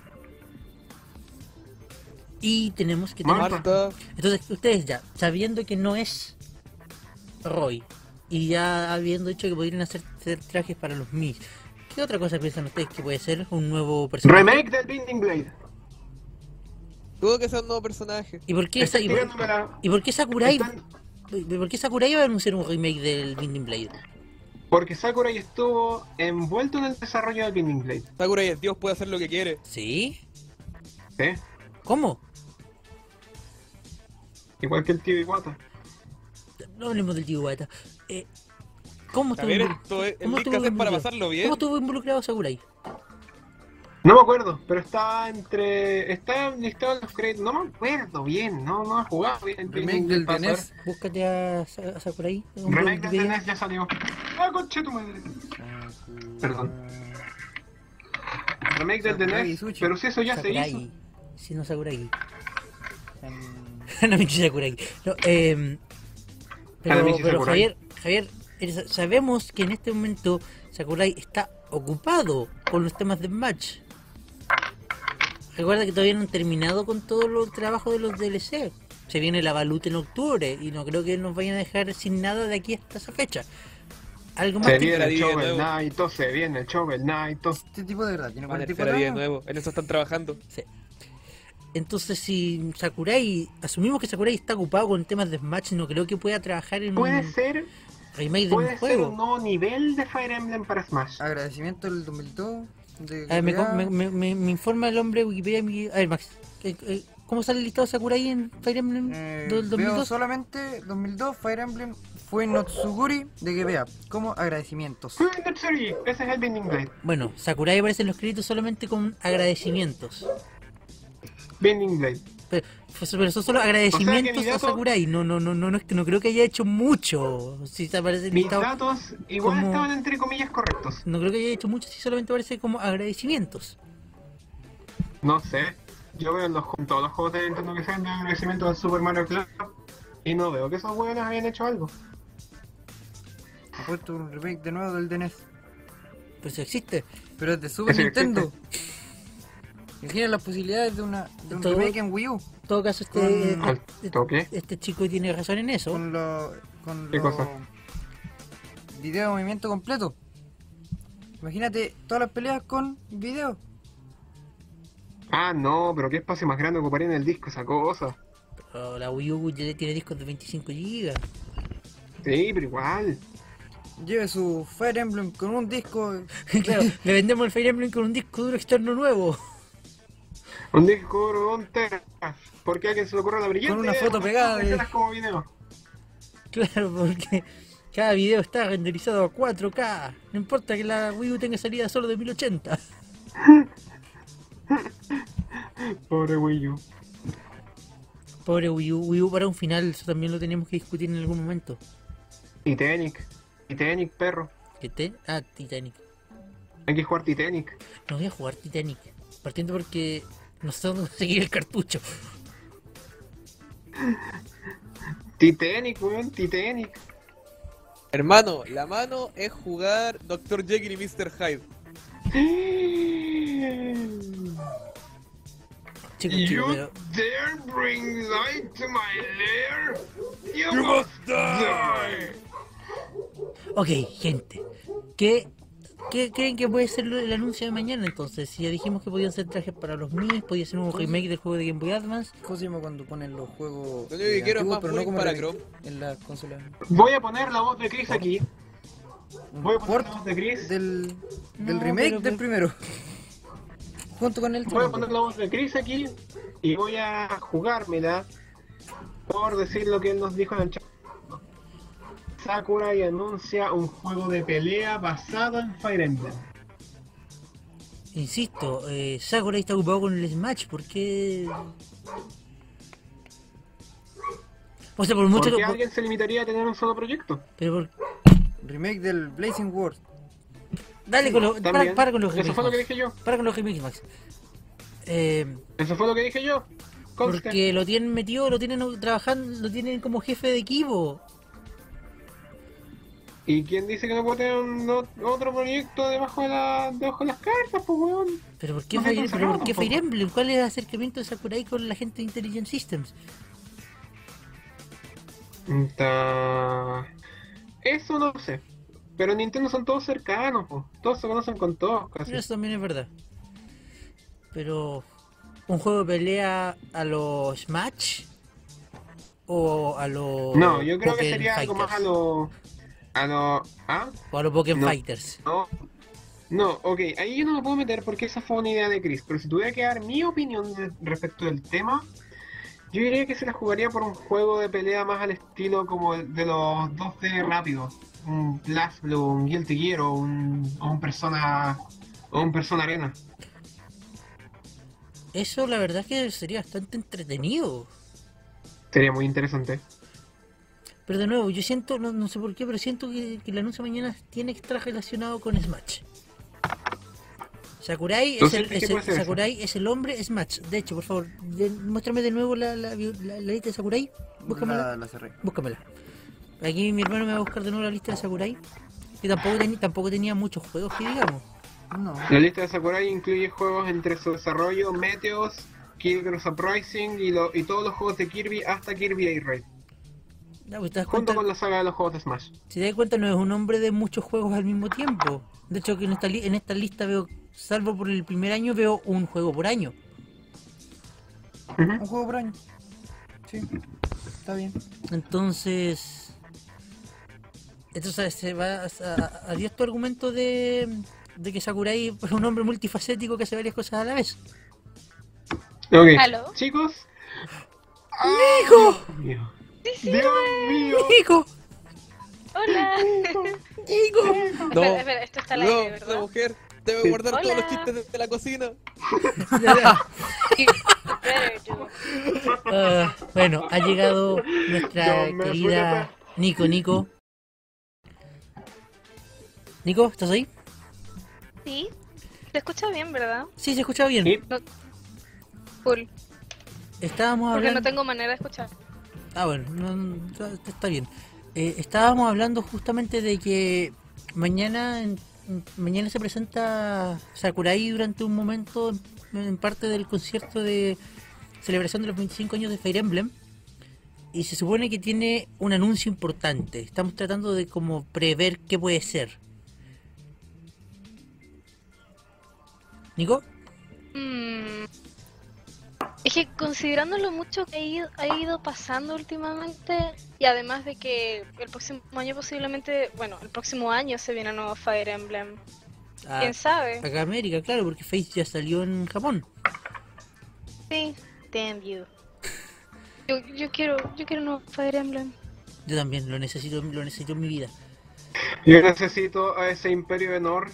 Speaker 3: Y tenemos que tener...
Speaker 2: Marta.
Speaker 4: Marta.
Speaker 3: Entonces, ustedes ya, sabiendo que no es Roy, y ya habiendo dicho que podrían hacer, hacer trajes para los Mis, ¿qué otra cosa piensan ustedes que puede ser un nuevo personaje?
Speaker 2: Remake del Binding Blade.
Speaker 4: Dudo que sea un nuevo personaje.
Speaker 3: ¿Y por qué, esa- y por-
Speaker 2: Tirándome la-
Speaker 3: y por qué Sakurai?
Speaker 2: Están-
Speaker 3: ¿Y por qué Sakurai va a anunciar un remake del Binding Blade?
Speaker 2: Porque Sakurai estuvo envuelto en el desarrollo del Binding Blade.
Speaker 4: Sakurai es Dios, puede hacer lo que quiere.
Speaker 3: ¿Sí?
Speaker 2: ¿eh?
Speaker 3: ¿Cómo?
Speaker 2: Igual que el tío Iwata.
Speaker 3: No hablemos del tío Iwata. Eh, ¿Cómo
Speaker 4: A
Speaker 3: estuvo,
Speaker 4: ver,
Speaker 3: involu-
Speaker 4: esto es el
Speaker 3: cómo estuvo
Speaker 4: podcast es para
Speaker 3: involucrado?
Speaker 4: pasarlo bien.
Speaker 3: ¿Cómo estuvo involucrado Sakurai?
Speaker 2: No me acuerdo, pero está entre. Está listado en los créditos. No me acuerdo bien, no, no he jugado bien. el
Speaker 5: Remake
Speaker 2: Binding
Speaker 5: del
Speaker 2: Blade para
Speaker 3: E
Speaker 5: DNS.
Speaker 2: saber.
Speaker 3: Búscate a, Sa- a Sakurai. un
Speaker 2: Remake del
Speaker 3: Wikipedia.
Speaker 2: DNS ya salió. ¡Ah, conche tu madre! Perdón. Remake del
Speaker 5: Sakurai
Speaker 2: DNS.
Speaker 5: Isuchi.
Speaker 2: Pero si eso ya se hizo.
Speaker 3: Sakurai. Sí, no Sakurai. no me quise Sakurai. No, eh, pero,
Speaker 2: Hanamichi
Speaker 3: pero
Speaker 2: Ah, Sakurai.
Speaker 3: Javier, Javier, eres- sabemos que en este momento Sakurai está ocupado con los temas de match. Recuerda que todavía no han terminado con todo el trabajo de los DLC. Se viene la baluta en octubre y no creo que nos vayan a dejar sin nada de aquí hasta esa fecha. Algo más
Speaker 2: Se
Speaker 3: que...
Speaker 2: viene el
Speaker 4: Diga
Speaker 2: Shovel
Speaker 4: nuevo.
Speaker 2: Knight, se viene el Shovel Knight.
Speaker 5: Este tipo de verdad tiene
Speaker 4: Van a
Speaker 5: 44
Speaker 4: nerfear a 10 de
Speaker 5: años.
Speaker 4: nuevo. En eso están trabajando.
Speaker 3: Sí. Entonces, si Sakurai, asumimos que Sakurai está ocupado con temas de Smash, no creo que pueda trabajar en
Speaker 2: Puede
Speaker 3: un
Speaker 2: ser,
Speaker 3: remake de un
Speaker 2: puede ser un
Speaker 3: juego.
Speaker 2: nuevo nivel de Fire Emblem para Smash.
Speaker 5: Ah. Agradecimiento del 2002. De
Speaker 3: eh. A ver, me,
Speaker 5: Corea.
Speaker 3: me- me- me- me informa el hombre de Wikipedia. mi- A ver, Max, eh, eh, ¿cómo sale el listado Sakurai en Fire Emblem
Speaker 5: Eh,
Speaker 3: del
Speaker 5: Veo
Speaker 3: 2002?
Speaker 5: solamente 2002 Fire Emblem fue Notsuguri de GBA como agradecimientos.
Speaker 2: Full Nursery, Ese es el Binding Blade.
Speaker 3: Bueno, Sakurai aparece en los créditos solamente con agradecimientos.
Speaker 2: Binding Blade.
Speaker 3: Pero, pero son solo agradecimientos
Speaker 2: O sea que mi
Speaker 3: a
Speaker 2: dato-
Speaker 3: Sakurai. No, no, no, no, no, es que no creo que haya hecho mucho. Si se aparece el
Speaker 2: Mis
Speaker 3: listado,
Speaker 2: datos igual
Speaker 3: como-
Speaker 2: estaban entre comillas correctos.
Speaker 3: no creo que haya hecho mucho si solamente aparece como agradecimientos.
Speaker 2: No sé. Yo veo los, con todos los juegos de Nintendo que sean de agradecimiento al Super Mario Club y no veo que esos hueones hayan hecho algo.
Speaker 5: Ha puesto un remake de nuevo del DNS.
Speaker 3: Pero eso existe.
Speaker 5: Pero es de Super
Speaker 2: Ese que
Speaker 5: Nintendo. Imagina las posibilidades de, una, de un
Speaker 3: Todo-
Speaker 5: remake en Wii U.
Speaker 3: En todo caso, este,
Speaker 5: Con-
Speaker 2: Al
Speaker 3: este-
Speaker 2: toque.
Speaker 3: este chico tiene razón en eso.
Speaker 5: Con lo. Con
Speaker 2: ¿Qué
Speaker 5: lo-
Speaker 2: cosa?
Speaker 5: Video de movimiento completo. Imagínate todas las peleas con video.
Speaker 2: Ah, no, pero qué espacio más grande ocuparía en el disco esa cosa.
Speaker 3: Pero la Wii U ya tiene discos de 25 GB.
Speaker 2: Sí, pero igual.
Speaker 5: Lleve su Fire Emblem con un disco.
Speaker 3: Claro, le vendemos el Fire Emblem con un disco duro externo nuevo.
Speaker 2: Un disco duro de un tera. Porque a alguien se le ocurre la brillante.
Speaker 5: Con una
Speaker 2: idea
Speaker 5: foto
Speaker 2: pasar
Speaker 5: pegada de-
Speaker 2: escenas como video.
Speaker 3: Claro, porque cada video está renderizado a 4K. No importa que la Wii U tenga salida solo de 1080.
Speaker 2: Pobre Wii U.
Speaker 3: Pobre Wii U, Wii U para un final, eso también lo tenemos que discutir en algún momento.
Speaker 2: Titanic. Titanic, perro.
Speaker 3: ¿Qué te? Ah, Titanic.
Speaker 2: Hay que jugar Titanic.
Speaker 3: No voy a jugar Titanic. Partiendo porque no sé dónde conseguir el cartucho.
Speaker 2: Titanic, weón, Titanic.
Speaker 4: Hermano, la mano es jugar Dr. Jekyll y Mr. Hyde.
Speaker 3: Chicos, chicos,
Speaker 2: You
Speaker 3: pero
Speaker 2: dare bring light to my lair? You, must die.
Speaker 3: Ok, gente. ¿Qué, qué creen que puede ser lo- el anuncio de mañana entonces? Si ya dijimos que podían ser trajes para los niños, podía ser un remake del juego de Game Boy Advance.
Speaker 5: ¿Cómo se llama cuando ponen los juegos
Speaker 4: Lo
Speaker 5: eh,
Speaker 4: único que quiero es más bullying para
Speaker 5: la-
Speaker 4: Chrome.
Speaker 5: en las consolas?
Speaker 2: Voy a poner la voz de Chris aquí. Voy a poner
Speaker 5: Port
Speaker 2: la voz de Chris.
Speaker 5: del, del
Speaker 3: No,
Speaker 5: remake
Speaker 3: pero-
Speaker 5: del primero. Junto con el
Speaker 2: Voy a
Speaker 5: segundo.
Speaker 2: poner la voz de Chris aquí y voy a jugármela por decir lo que él nos dijo en el chat. Sakurai anuncia un juego de pelea basado en Fire Emblem.
Speaker 3: Insisto, eh, Sakurai está ocupado con el Smash, ¿por qué? O sea, por mucho
Speaker 2: ¿Por
Speaker 3: que...
Speaker 2: qué alguien se limitaría a tener un solo proyecto?
Speaker 3: Pero por-
Speaker 5: Remake del Blazing Wars.
Speaker 3: Dale con los... Para,
Speaker 2: También.
Speaker 3: para con los
Speaker 2: Eso fue lo que
Speaker 3: remakes,
Speaker 2: dije yo.
Speaker 3: Max. Para con los remakes, Max. Eh,
Speaker 2: Eso fue lo que dije yo. Conste.
Speaker 3: porque lo tienen metido, lo tienen trabajando, lo tienen como jefe de equipo.
Speaker 2: ¿Y quién dice que no puedo tener un o- otro proyecto debajo de, la, debajo de las cartas, pues weón?
Speaker 3: ¿Pero por qué,
Speaker 2: No me
Speaker 3: Fire,
Speaker 2: parece
Speaker 3: pero por
Speaker 2: raro
Speaker 3: qué Fire
Speaker 2: tampoco.
Speaker 3: Emblem? ¿Cuál es el acercamiento de Sakurai con la gente de Intelligent Systems?
Speaker 2: Ah, Ta- Eso no sé. Pero en Nintendo son todos cercanos, po. todos se conocen con todos, casi.
Speaker 3: Pero Eso también es verdad. Pero un juego de pelea a los Smash o a los
Speaker 2: No, yo creo que
Speaker 3: Pokémon
Speaker 2: sería algo más a
Speaker 3: Fighters?
Speaker 2: lo. A lo. ¿Ah?
Speaker 3: o a los Pokémon
Speaker 2: No.
Speaker 3: Fighters.
Speaker 2: No. No, ok, ahí yo no me puedo meter porque esa fue una idea de Chris, pero si tuviera que dar mi opinión de- respecto del tema, yo diría que se la jugaría por un juego de pelea más al estilo como el de los 2D rápidos, un Blast Blue, un Guilty Gear o un, o un Persona o un Persona Arena.
Speaker 3: Eso la verdad es que sería bastante entretenido.
Speaker 2: Sería muy interesante.
Speaker 3: Pero de nuevo, yo siento, no, no sé por qué, pero siento que, que el anuncio de mañana tiene que estar relacionado con Smash. Sakurai, es
Speaker 2: Entonces,
Speaker 3: el,
Speaker 2: ¿qué
Speaker 3: es el-
Speaker 2: puede ser eso?
Speaker 3: Sakurai es el hombre Smash. De hecho, por favor, de- muéstrame de nuevo la, la, bio- la- la lista de Sakurai. Búscamela.
Speaker 5: La, la cerré.
Speaker 3: Búscamela. Aquí mi hermano me va a buscar de nuevo la lista de Sakurai. Que tampoco, teni- tampoco tenía muchos juegos que digamos.
Speaker 5: No.
Speaker 2: La lista de Sakurai incluye juegos entre su desarrollo, Meteos, Kirby's Uprising y, lo- y todos los juegos de Kirby hasta Kirby Air Raid,
Speaker 3: Ya, pues, te das
Speaker 2: junto
Speaker 3: cuenta-
Speaker 2: con la saga de los juegos de Smash.
Speaker 3: Si te das cuenta, no es un hombre de muchos juegos al mismo tiempo. De hecho, que en esta, li- en esta lista veo, salvo por el primer año, veo un juego por año.
Speaker 5: Un juego por año. Sí. Está bien.
Speaker 3: Entonces. Entonces se va a, a- adiós tu argumento de, de que Sakurai es un hombre multifacético que hace varias cosas a la vez.
Speaker 2: Ok.
Speaker 6: ¿Aló?
Speaker 2: Chicos.
Speaker 3: ¡Nico!
Speaker 2: Dios mío. Dios mío.
Speaker 3: ¡Nico!
Speaker 6: Hola.
Speaker 3: ¡Nico!
Speaker 4: No.
Speaker 6: Espera, espera, esto está al
Speaker 4: No,
Speaker 6: aire,
Speaker 4: esa
Speaker 6: ¿verdad?
Speaker 4: mujer debe guardar
Speaker 6: Hola.
Speaker 4: todos los chistes de, de la cocina.
Speaker 6: Better do.
Speaker 3: Ah, bueno, ha llegado nuestra
Speaker 2: Yo me
Speaker 3: querida Nico, Nico. Nico, ¿estás ahí?
Speaker 6: Sí. Te escucha bien, ¿verdad?
Speaker 3: Sí, se escucha
Speaker 2: Sí.
Speaker 3: bien.
Speaker 6: Cool.
Speaker 3: Estábamos
Speaker 6: Porque no
Speaker 3: hablando.
Speaker 6: tengo manera de escuchar.
Speaker 3: Ah, bueno, no, no, está, está bien. Eh, estábamos hablando justamente de que mañana en- en- mañana se presenta Sakurai durante un momento en, en parte del concierto de celebración de los 25 años de Fire Emblem y se supone que tiene un anuncio importante. Estamos tratando de como prever qué puede ser. Nico,
Speaker 6: Mm. Es que considerando lo mucho que ha ido, ha ido pasando últimamente y además de que el próximo año posiblemente, bueno, el próximo año se viene un nuevo Fire Emblem.
Speaker 4: Ah,
Speaker 3: a,
Speaker 6: ¿Quién sabe?
Speaker 3: Ah, acá a América, claro, porque Face ya salió en Japón.
Speaker 6: Sí. Damn you. Yo, yo quiero, yo quiero un nuevo Fire Emblem.
Speaker 3: Yo también lo necesito, lo necesito en mi vida.
Speaker 2: Yo necesito a ese imperio de Nor.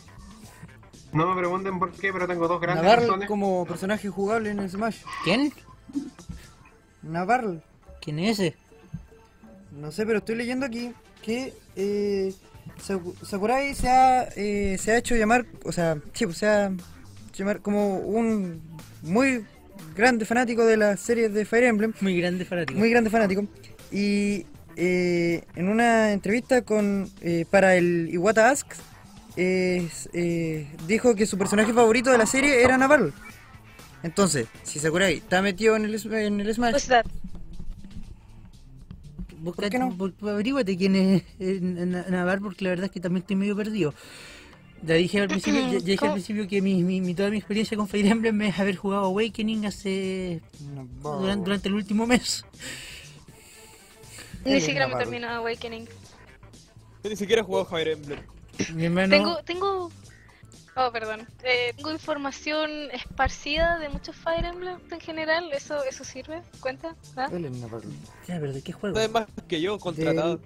Speaker 2: No me pregunten por qué, pero tengo dos grandes
Speaker 5: Navarl
Speaker 2: razones.
Speaker 5: como personaje jugable en Smash.
Speaker 3: ¿Quién?
Speaker 5: Navarl.
Speaker 3: ¿Quién es ese?
Speaker 5: No sé, pero estoy leyendo aquí que eh, Saku- Sakurai se ha, eh, se ha hecho llamar, o sea, sí, pues, se ha hecho llamar como un muy grande fanático de las series de Fire Emblem,
Speaker 3: Muy grande fanático.
Speaker 5: muy grande fanático, y eh, en una entrevista con eh, para el Iwata Asks, eh, s- eh, dijo que su personaje favorito de la serie era Naval. Entonces, si Sakurai está metido en el, es- en el Smash,
Speaker 6: Who's that?
Speaker 3: Busca,
Speaker 5: qué no?
Speaker 3: bu- Averíguate quién es eh, Na- Navar, porque la verdad es que también estoy medio perdido. Ya dije al principio, ya- ya dije al
Speaker 6: ¿Cómo?
Speaker 3: principio que mi, mi- mi- toda mi experiencia con Fire Emblem es haber jugado Awakening hace durante, durante el último mes.
Speaker 6: Ni
Speaker 5: Eres
Speaker 6: siquiera me
Speaker 5: Navarro.
Speaker 6: terminó Awakening.
Speaker 4: Yo ni siquiera he jugado Fire Emblem.
Speaker 3: Mi hermano,
Speaker 6: Tengo, tengo. Oh, perdón. Eh, tengo información esparcida de muchos Fire Emblem en general. ¿Eso, eso sirve? ¿Cuenta? ¿Ah?
Speaker 5: él es Naval.
Speaker 3: Ya, pero ¿de qué juego?
Speaker 4: Sabes más que yo, contratado.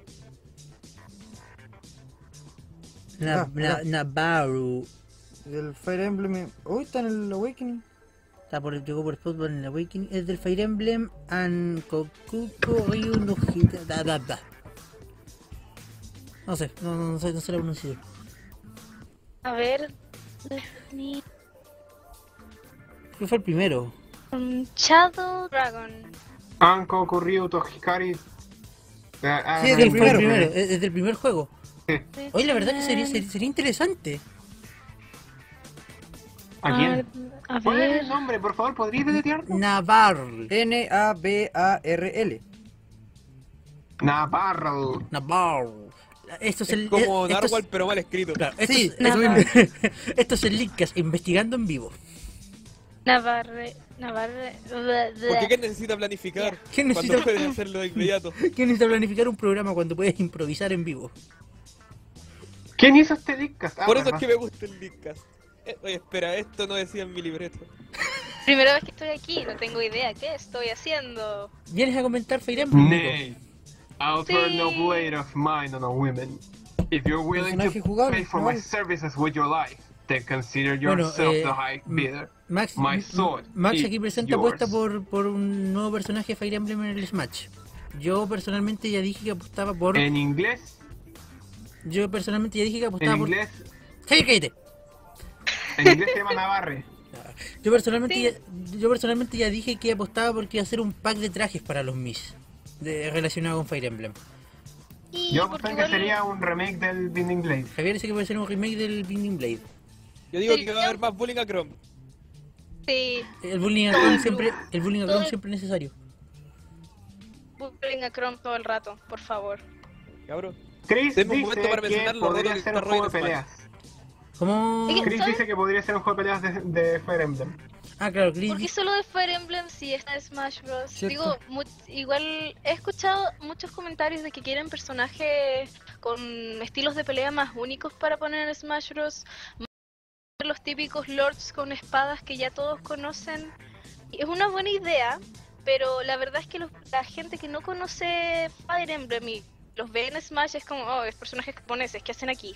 Speaker 3: Na-
Speaker 5: Ah,
Speaker 3: na-
Speaker 5: ah.
Speaker 3: Navarro.
Speaker 5: El Fire Emblem. Hoy está en el Awakening.
Speaker 3: Está por, llegó por Spotball en el Awakening. Es del Fire Emblem and Kokuko Ryu no Hita- da, da, da. No sé, no, no, no sé, no sé la pronunciación.
Speaker 6: A ver.
Speaker 3: ¿Cuál fue el primero?
Speaker 6: Um, Shadow Dragon.
Speaker 2: Anko, ocurrido Tohikari. Ah, ah,
Speaker 5: Sí, es
Speaker 3: Sí,
Speaker 5: del
Speaker 3: fue el
Speaker 5: primero.
Speaker 3: primero, es, es del primer juego. Oye, la verdad que
Speaker 6: Ah.
Speaker 3: sería, sería, sería interesante.
Speaker 2: ¿A quién?
Speaker 6: A
Speaker 2: ¿Cuál es el
Speaker 6: ver.
Speaker 2: nombre? Por favor, ¿podrías deletrearlo?
Speaker 3: Navarro.
Speaker 5: N-A-B-A-R-L.
Speaker 2: Navarro.
Speaker 3: Navarro. Esto es el.
Speaker 4: Como
Speaker 3: eh, esto es-
Speaker 4: Narwhal, pero mal escrito.
Speaker 3: claro, esto,
Speaker 5: Sí,
Speaker 3: es,
Speaker 6: eso
Speaker 3: esto, esto es el Linkcast, investigando en vivo.
Speaker 6: Navarre. Navarre. bla, bla.
Speaker 4: Porque ¿qué necesita planificar?
Speaker 3: ¿Quién necesita-
Speaker 4: Cuando puedes hacerlo de inmediato.
Speaker 3: ¿Quién necesita planificar un programa cuando puedes improvisar en vivo?
Speaker 2: ¿Quién hizo este Lickcast? Ah,
Speaker 4: Por eso es
Speaker 2: verdad.
Speaker 4: que me gusta el Linkcast. Eh, oye, espera, esto no decía en mi libreto.
Speaker 6: Primera vez que estoy aquí, no tengo idea qué estoy haciendo.
Speaker 3: ¿Vienes a comentar Fire Emblem? amigo?
Speaker 2: Nay, I'll turn no
Speaker 6: Sí.
Speaker 2: blade of mine on a woman. If you're willing
Speaker 5: Personaje
Speaker 2: to
Speaker 5: jugable,
Speaker 2: pay for
Speaker 5: ¿no?
Speaker 2: my services with your life, then consider
Speaker 3: Bueno,
Speaker 2: yourself
Speaker 3: eh,
Speaker 2: the high bidder.
Speaker 3: Max,
Speaker 2: My
Speaker 3: M-
Speaker 2: sword
Speaker 3: Max
Speaker 2: is
Speaker 3: aquí presenta
Speaker 2: yours.
Speaker 3: apuesta por, por un nuevo personaje de Fire Emblem en el Smash. Yo personalmente ya dije que apostaba por.
Speaker 2: En inglés,
Speaker 3: Yo personalmente ya dije que apostaba
Speaker 2: en
Speaker 3: por.
Speaker 2: inglés,
Speaker 3: ¡Cállate, cállate!
Speaker 2: en inglés se llama Navarre.
Speaker 3: Yo personalmente, ya, yo personalmente ya dije que apostaba porque iba a hacer un pack de trajes para los Mis de, relacionado con Fire Emblem.
Speaker 6: Y
Speaker 2: Yo
Speaker 6: porque
Speaker 2: pensé que
Speaker 6: igual-
Speaker 2: sería un remake del Binding Blade.
Speaker 3: Javier dice que puede ser un remake del Binding Blade.
Speaker 4: Yo digo
Speaker 6: Sí,
Speaker 4: que va a haber más bullying a Chrome.
Speaker 6: Sí,
Speaker 3: El bullying a
Speaker 6: Todo el
Speaker 3: Chrome
Speaker 6: grupo.
Speaker 3: siempre, el bullying a
Speaker 6: Todo
Speaker 3: Chrome
Speaker 6: el-
Speaker 3: siempre es necesario.
Speaker 6: Bubbling a Chrome todo el rato, por favor.
Speaker 4: Cabrón.
Speaker 2: Chris
Speaker 4: Deme un
Speaker 2: dice
Speaker 4: momento para
Speaker 2: que
Speaker 4: mencionar lo roto
Speaker 2: podría
Speaker 4: que
Speaker 2: ser
Speaker 4: está
Speaker 2: un juego de
Speaker 4: Raiden
Speaker 2: peleas.
Speaker 3: ¿Cómo?
Speaker 6: Oye,
Speaker 2: Chris
Speaker 6: ¿Sabe?
Speaker 2: dice que podría ser un juego de peleas de, de Fire Emblem.
Speaker 3: Ah, claro, Chris.
Speaker 6: ¿Por qué solo de Fire Emblem si está Smash Bros?
Speaker 5: Cierto.
Speaker 6: Digo, mu- igual he escuchado muchos comentarios de que quieren personajes con estilos de pelea más únicos para poner en Smash Bros. más que Los típicos lords con espadas que ya todos conocen. Y Es una buena idea, pero la verdad es que los- la gente que no conoce Fire Emblem y los ve en Smash es como, oh, es personajes japoneses, ¿qué hacen aquí?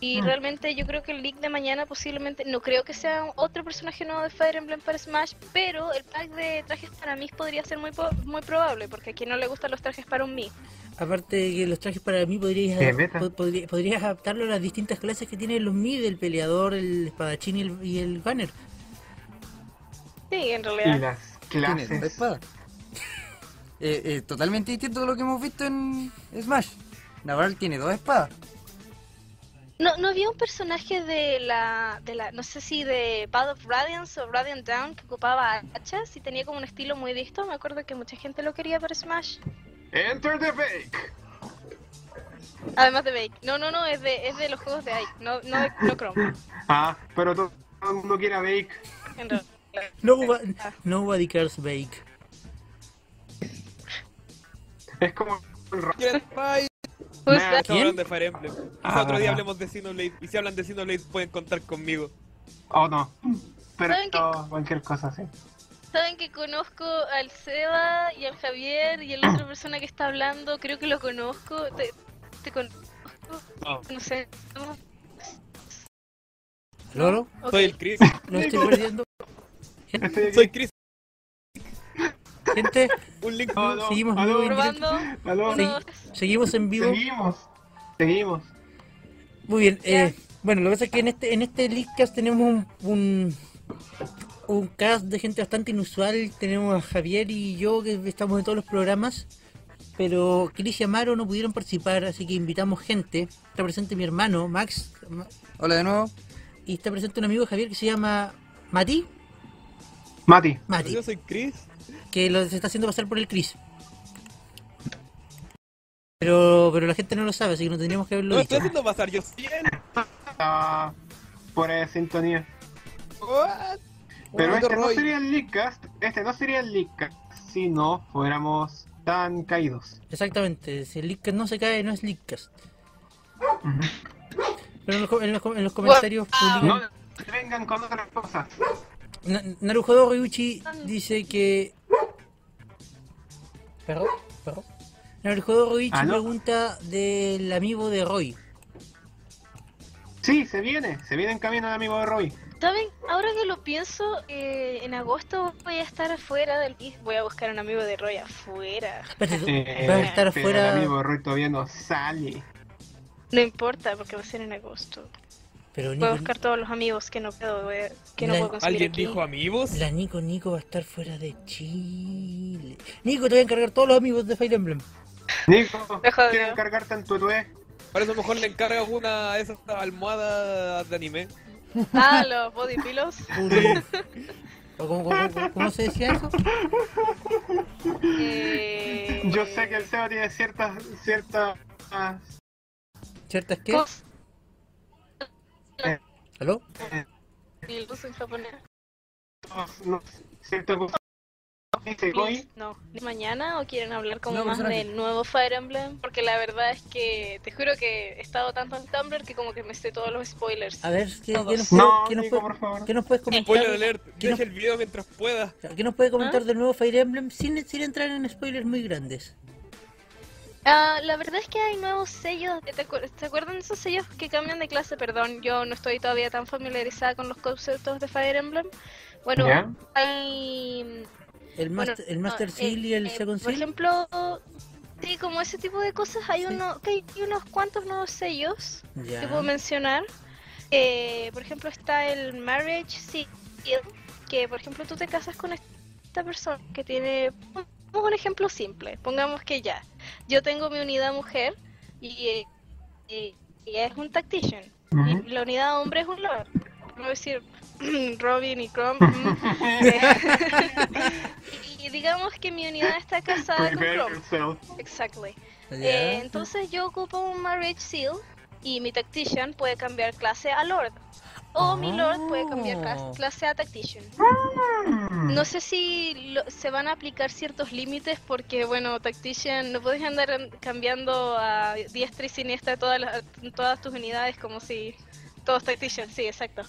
Speaker 6: Y realmente yo creo que el leak de mañana posiblemente, no creo que sea otro personaje nuevo de Fire Emblem para Smash, pero el pack de trajes para mí podría ser muy po- muy probable, porque a quien no le gustan los trajes para un Mii.
Speaker 3: Aparte de que los trajes para mí podrías,
Speaker 2: Qué
Speaker 3: adap-
Speaker 2: meta.
Speaker 3: pod- podría- podrías adaptarlo a las distintas clases que tienen los Mii, el peleador, el espadachín y el, y el banner.
Speaker 6: Sí, en
Speaker 2: Y
Speaker 6: realidad.
Speaker 2: las
Speaker 5: Tiene
Speaker 2: clases.
Speaker 5: la espada. Eh, eh, totalmente distinto de lo que hemos visto en Smash. Naval tiene dos espadas.
Speaker 6: No, no había un personaje de la, de la, no sé si de Path of Radiance o Radiant Down que ocupaba hachas y tenía como un estilo muy listo, me acuerdo que mucha gente lo quería para Smash.
Speaker 2: Enter the fake.
Speaker 6: Además de Bake. No, no, no, es de, es de los juegos de Ike, no, no de no Chrome,
Speaker 2: Ah, pero todo todo el mundo quiere a Bake.
Speaker 6: en realidad.
Speaker 3: No hubo, nobody cares bake.
Speaker 2: Es como el rock.
Speaker 4: ¿Quieren Bye.
Speaker 6: Who's
Speaker 2: Nah,
Speaker 6: that?
Speaker 4: Estamos hablando de Fire Emblem. Quizá
Speaker 2: Ah.
Speaker 4: otro día hablemos de Xenoblade. Y si hablan de Xenoblade, pueden contar conmigo.
Speaker 2: Oh no. Pero
Speaker 6: ¿Saben qué?
Speaker 2: no, cualquier cosa así.
Speaker 6: Saben que conozco al Seba y al Javier y a la
Speaker 4: Ah.
Speaker 6: otra persona que está hablando, creo que lo conozco. Te, te conozco,
Speaker 2: Ah.
Speaker 4: No,
Speaker 6: no sé. no,
Speaker 3: ¿Lolo?
Speaker 6: ok.
Speaker 4: soy el Chris.
Speaker 3: Lo estoy perdiendo.
Speaker 2: Estoy aquí.
Speaker 4: Soy Chris.
Speaker 3: Gente,
Speaker 4: Un link.
Speaker 2: Oh, no.
Speaker 3: Seguimos
Speaker 2: Aló,
Speaker 3: vivo en
Speaker 6: Probando.
Speaker 2: aló.
Speaker 6: Uno, dos, tres.
Speaker 3: seguimos en vivo.
Speaker 2: Seguimos. Seguimos.
Speaker 3: Muy bien,
Speaker 6: Ya.
Speaker 3: eh, bueno, lo que pasa es que en este, en este Leadcast tenemos un, un, un cast de gente bastante inusual. Tenemos a Javier y yo que estamos en todos los programas. pero Chris y Amaro no pudieron participar, así que invitamos gente. Está presente mi hermano, Max, Ma-
Speaker 5: Hola de nuevo.
Speaker 3: y está presente un amigo Javier que se llama Mati.
Speaker 2: Mati,
Speaker 3: Mati,
Speaker 4: Yo soy Chris.
Speaker 3: que lo, se está haciendo pasar por el Chris. Pero, pero la gente no lo sabe, así que no tendríamos que
Speaker 4: No
Speaker 3: haberlo
Speaker 4: me
Speaker 3: dicho.
Speaker 4: estoy haciendo pasar, yo ¿eh? soy él.
Speaker 2: ah, por eh, sintonía.
Speaker 4: What?
Speaker 2: Pero
Speaker 4: Orlando
Speaker 2: este no
Speaker 4: Roy.
Speaker 2: sería el Leakcast, este no sería el Leakcast si no fuéramos tan caídos.
Speaker 3: Exactamente, si el Leakcast no se cae, no es Leakcast. Pero en los, co- en los co- en los comentarios
Speaker 6: Ah.
Speaker 3: publican-
Speaker 2: No vengan con otras cosas.
Speaker 3: Na- Narujodo Ryuchi dice que. ¿Perro? ¿Perro? Narujodo Ryuchi
Speaker 2: ¿Aló?
Speaker 3: pregunta del amigo de Roy.
Speaker 2: Sí, se viene, se viene en camino el amigo de Roy.
Speaker 6: ¿Saben? Ahora que lo pienso, eh, en agosto voy a estar afuera del país. Voy a buscar un amigo de Roy afuera.
Speaker 3: Espérate, tú
Speaker 2: Eh,
Speaker 3: vas a estar
Speaker 2: pero El
Speaker 3: afuera.
Speaker 2: amigo de Roy todavía no sale.
Speaker 6: No importa, porque va a ser en agosto.
Speaker 3: Pero
Speaker 6: Voy a
Speaker 3: Nico,
Speaker 6: buscar todos los amigos que no puedo ver, que no
Speaker 3: Mira,
Speaker 6: puedo conseguir
Speaker 4: ¿Alguien
Speaker 6: aquí.
Speaker 4: dijo amigos?
Speaker 3: la Nico Nico va a estar fuera de Chile. Nico, te voy a encargar todos los amigos de Fire Emblem.
Speaker 2: Nico,
Speaker 6: Me jodió.
Speaker 2: quiero encargarte en tu E? tué.
Speaker 4: Por eso mejor le encargo una de esas almohadas de anime.
Speaker 6: Ah, los body pillows.
Speaker 3: ¿O ¿Cómo, cómo- cómo- cómo se decía eso?
Speaker 6: Eh,
Speaker 2: Yo sé que el Seba tiene ciertas, ciertas... ah,
Speaker 3: ¿Ciertas que?
Speaker 6: cos-
Speaker 3: ¿Aló?
Speaker 6: pillows en japonés.
Speaker 2: no, ciertas cosas. Dice Goy,
Speaker 6: No, ¿Ni mañana o quieren hablar como
Speaker 5: No,
Speaker 6: más
Speaker 5: personaje.
Speaker 6: del nuevo Fire Emblem? Porque la verdad es que te juro que he estado tanto en Tumblr que como que me sé todos los spoilers.
Speaker 3: A ver, ¿qué, qué nos, puede-
Speaker 2: No,
Speaker 3: qué nos
Speaker 2: Nico,
Speaker 3: puede-
Speaker 2: por favor.
Speaker 3: qué nos puedes
Speaker 4: Spoiler
Speaker 3: comentar?
Speaker 4: alert,
Speaker 3: ¿Qué nos-
Speaker 4: deje el video mientras pueda.
Speaker 3: ¿Qué nos puede comentar del nuevo Fire Emblem sin, sin entrar en spoilers muy grandes?
Speaker 6: Ah, la verdad es que hay nuevos sellos. ¿Te acuer- ¿Se acuerdan de esos sellos que cambian de clase? Perdón, yo no estoy todavía tan familiarizada con los conceptos de Fire Emblem. Bueno,
Speaker 2: ¿Ya?
Speaker 6: hay.
Speaker 3: El
Speaker 6: bueno,
Speaker 3: Master, el
Speaker 6: no,
Speaker 3: master
Speaker 6: eh,
Speaker 3: Seal y el
Speaker 6: eh,
Speaker 3: Second
Speaker 6: Por
Speaker 3: Seal.
Speaker 6: ejemplo, sí, como ese tipo de cosas, hay,
Speaker 3: Sí.
Speaker 6: uno, que hay unos cuantos nuevos sellos
Speaker 3: Ya.
Speaker 6: que puedo mencionar. Eh, por ejemplo, está el Marriage Seal, que por ejemplo tú te casas con esta persona que tiene. Pongamos un ejemplo simple. Pongamos que ya, yo tengo mi unidad mujer y, eh, y- y es un tactician.
Speaker 2: Ujú.
Speaker 6: Y la unidad hombre es un lord. No decir Robin y Chrome. mm. Eh, y digamos que mi unidad está casada con
Speaker 2: prepare
Speaker 6: Chrome.
Speaker 2: yourself.
Speaker 6: Exactly.
Speaker 3: Ya.
Speaker 6: Eh, entonces yo ocupo un Marriage Seal y mi Tactician puede cambiar clase a Lord. O mi Lord puede cambiar
Speaker 3: Oh.
Speaker 6: cla- clase a Tactician. No sé si lo- se van a aplicar ciertos límites porque, bueno, Tactician, no puedes andar an- cambiando a diestra y siniestra todas, las- todas tus unidades como si... Todos Tactician, sí, exacto.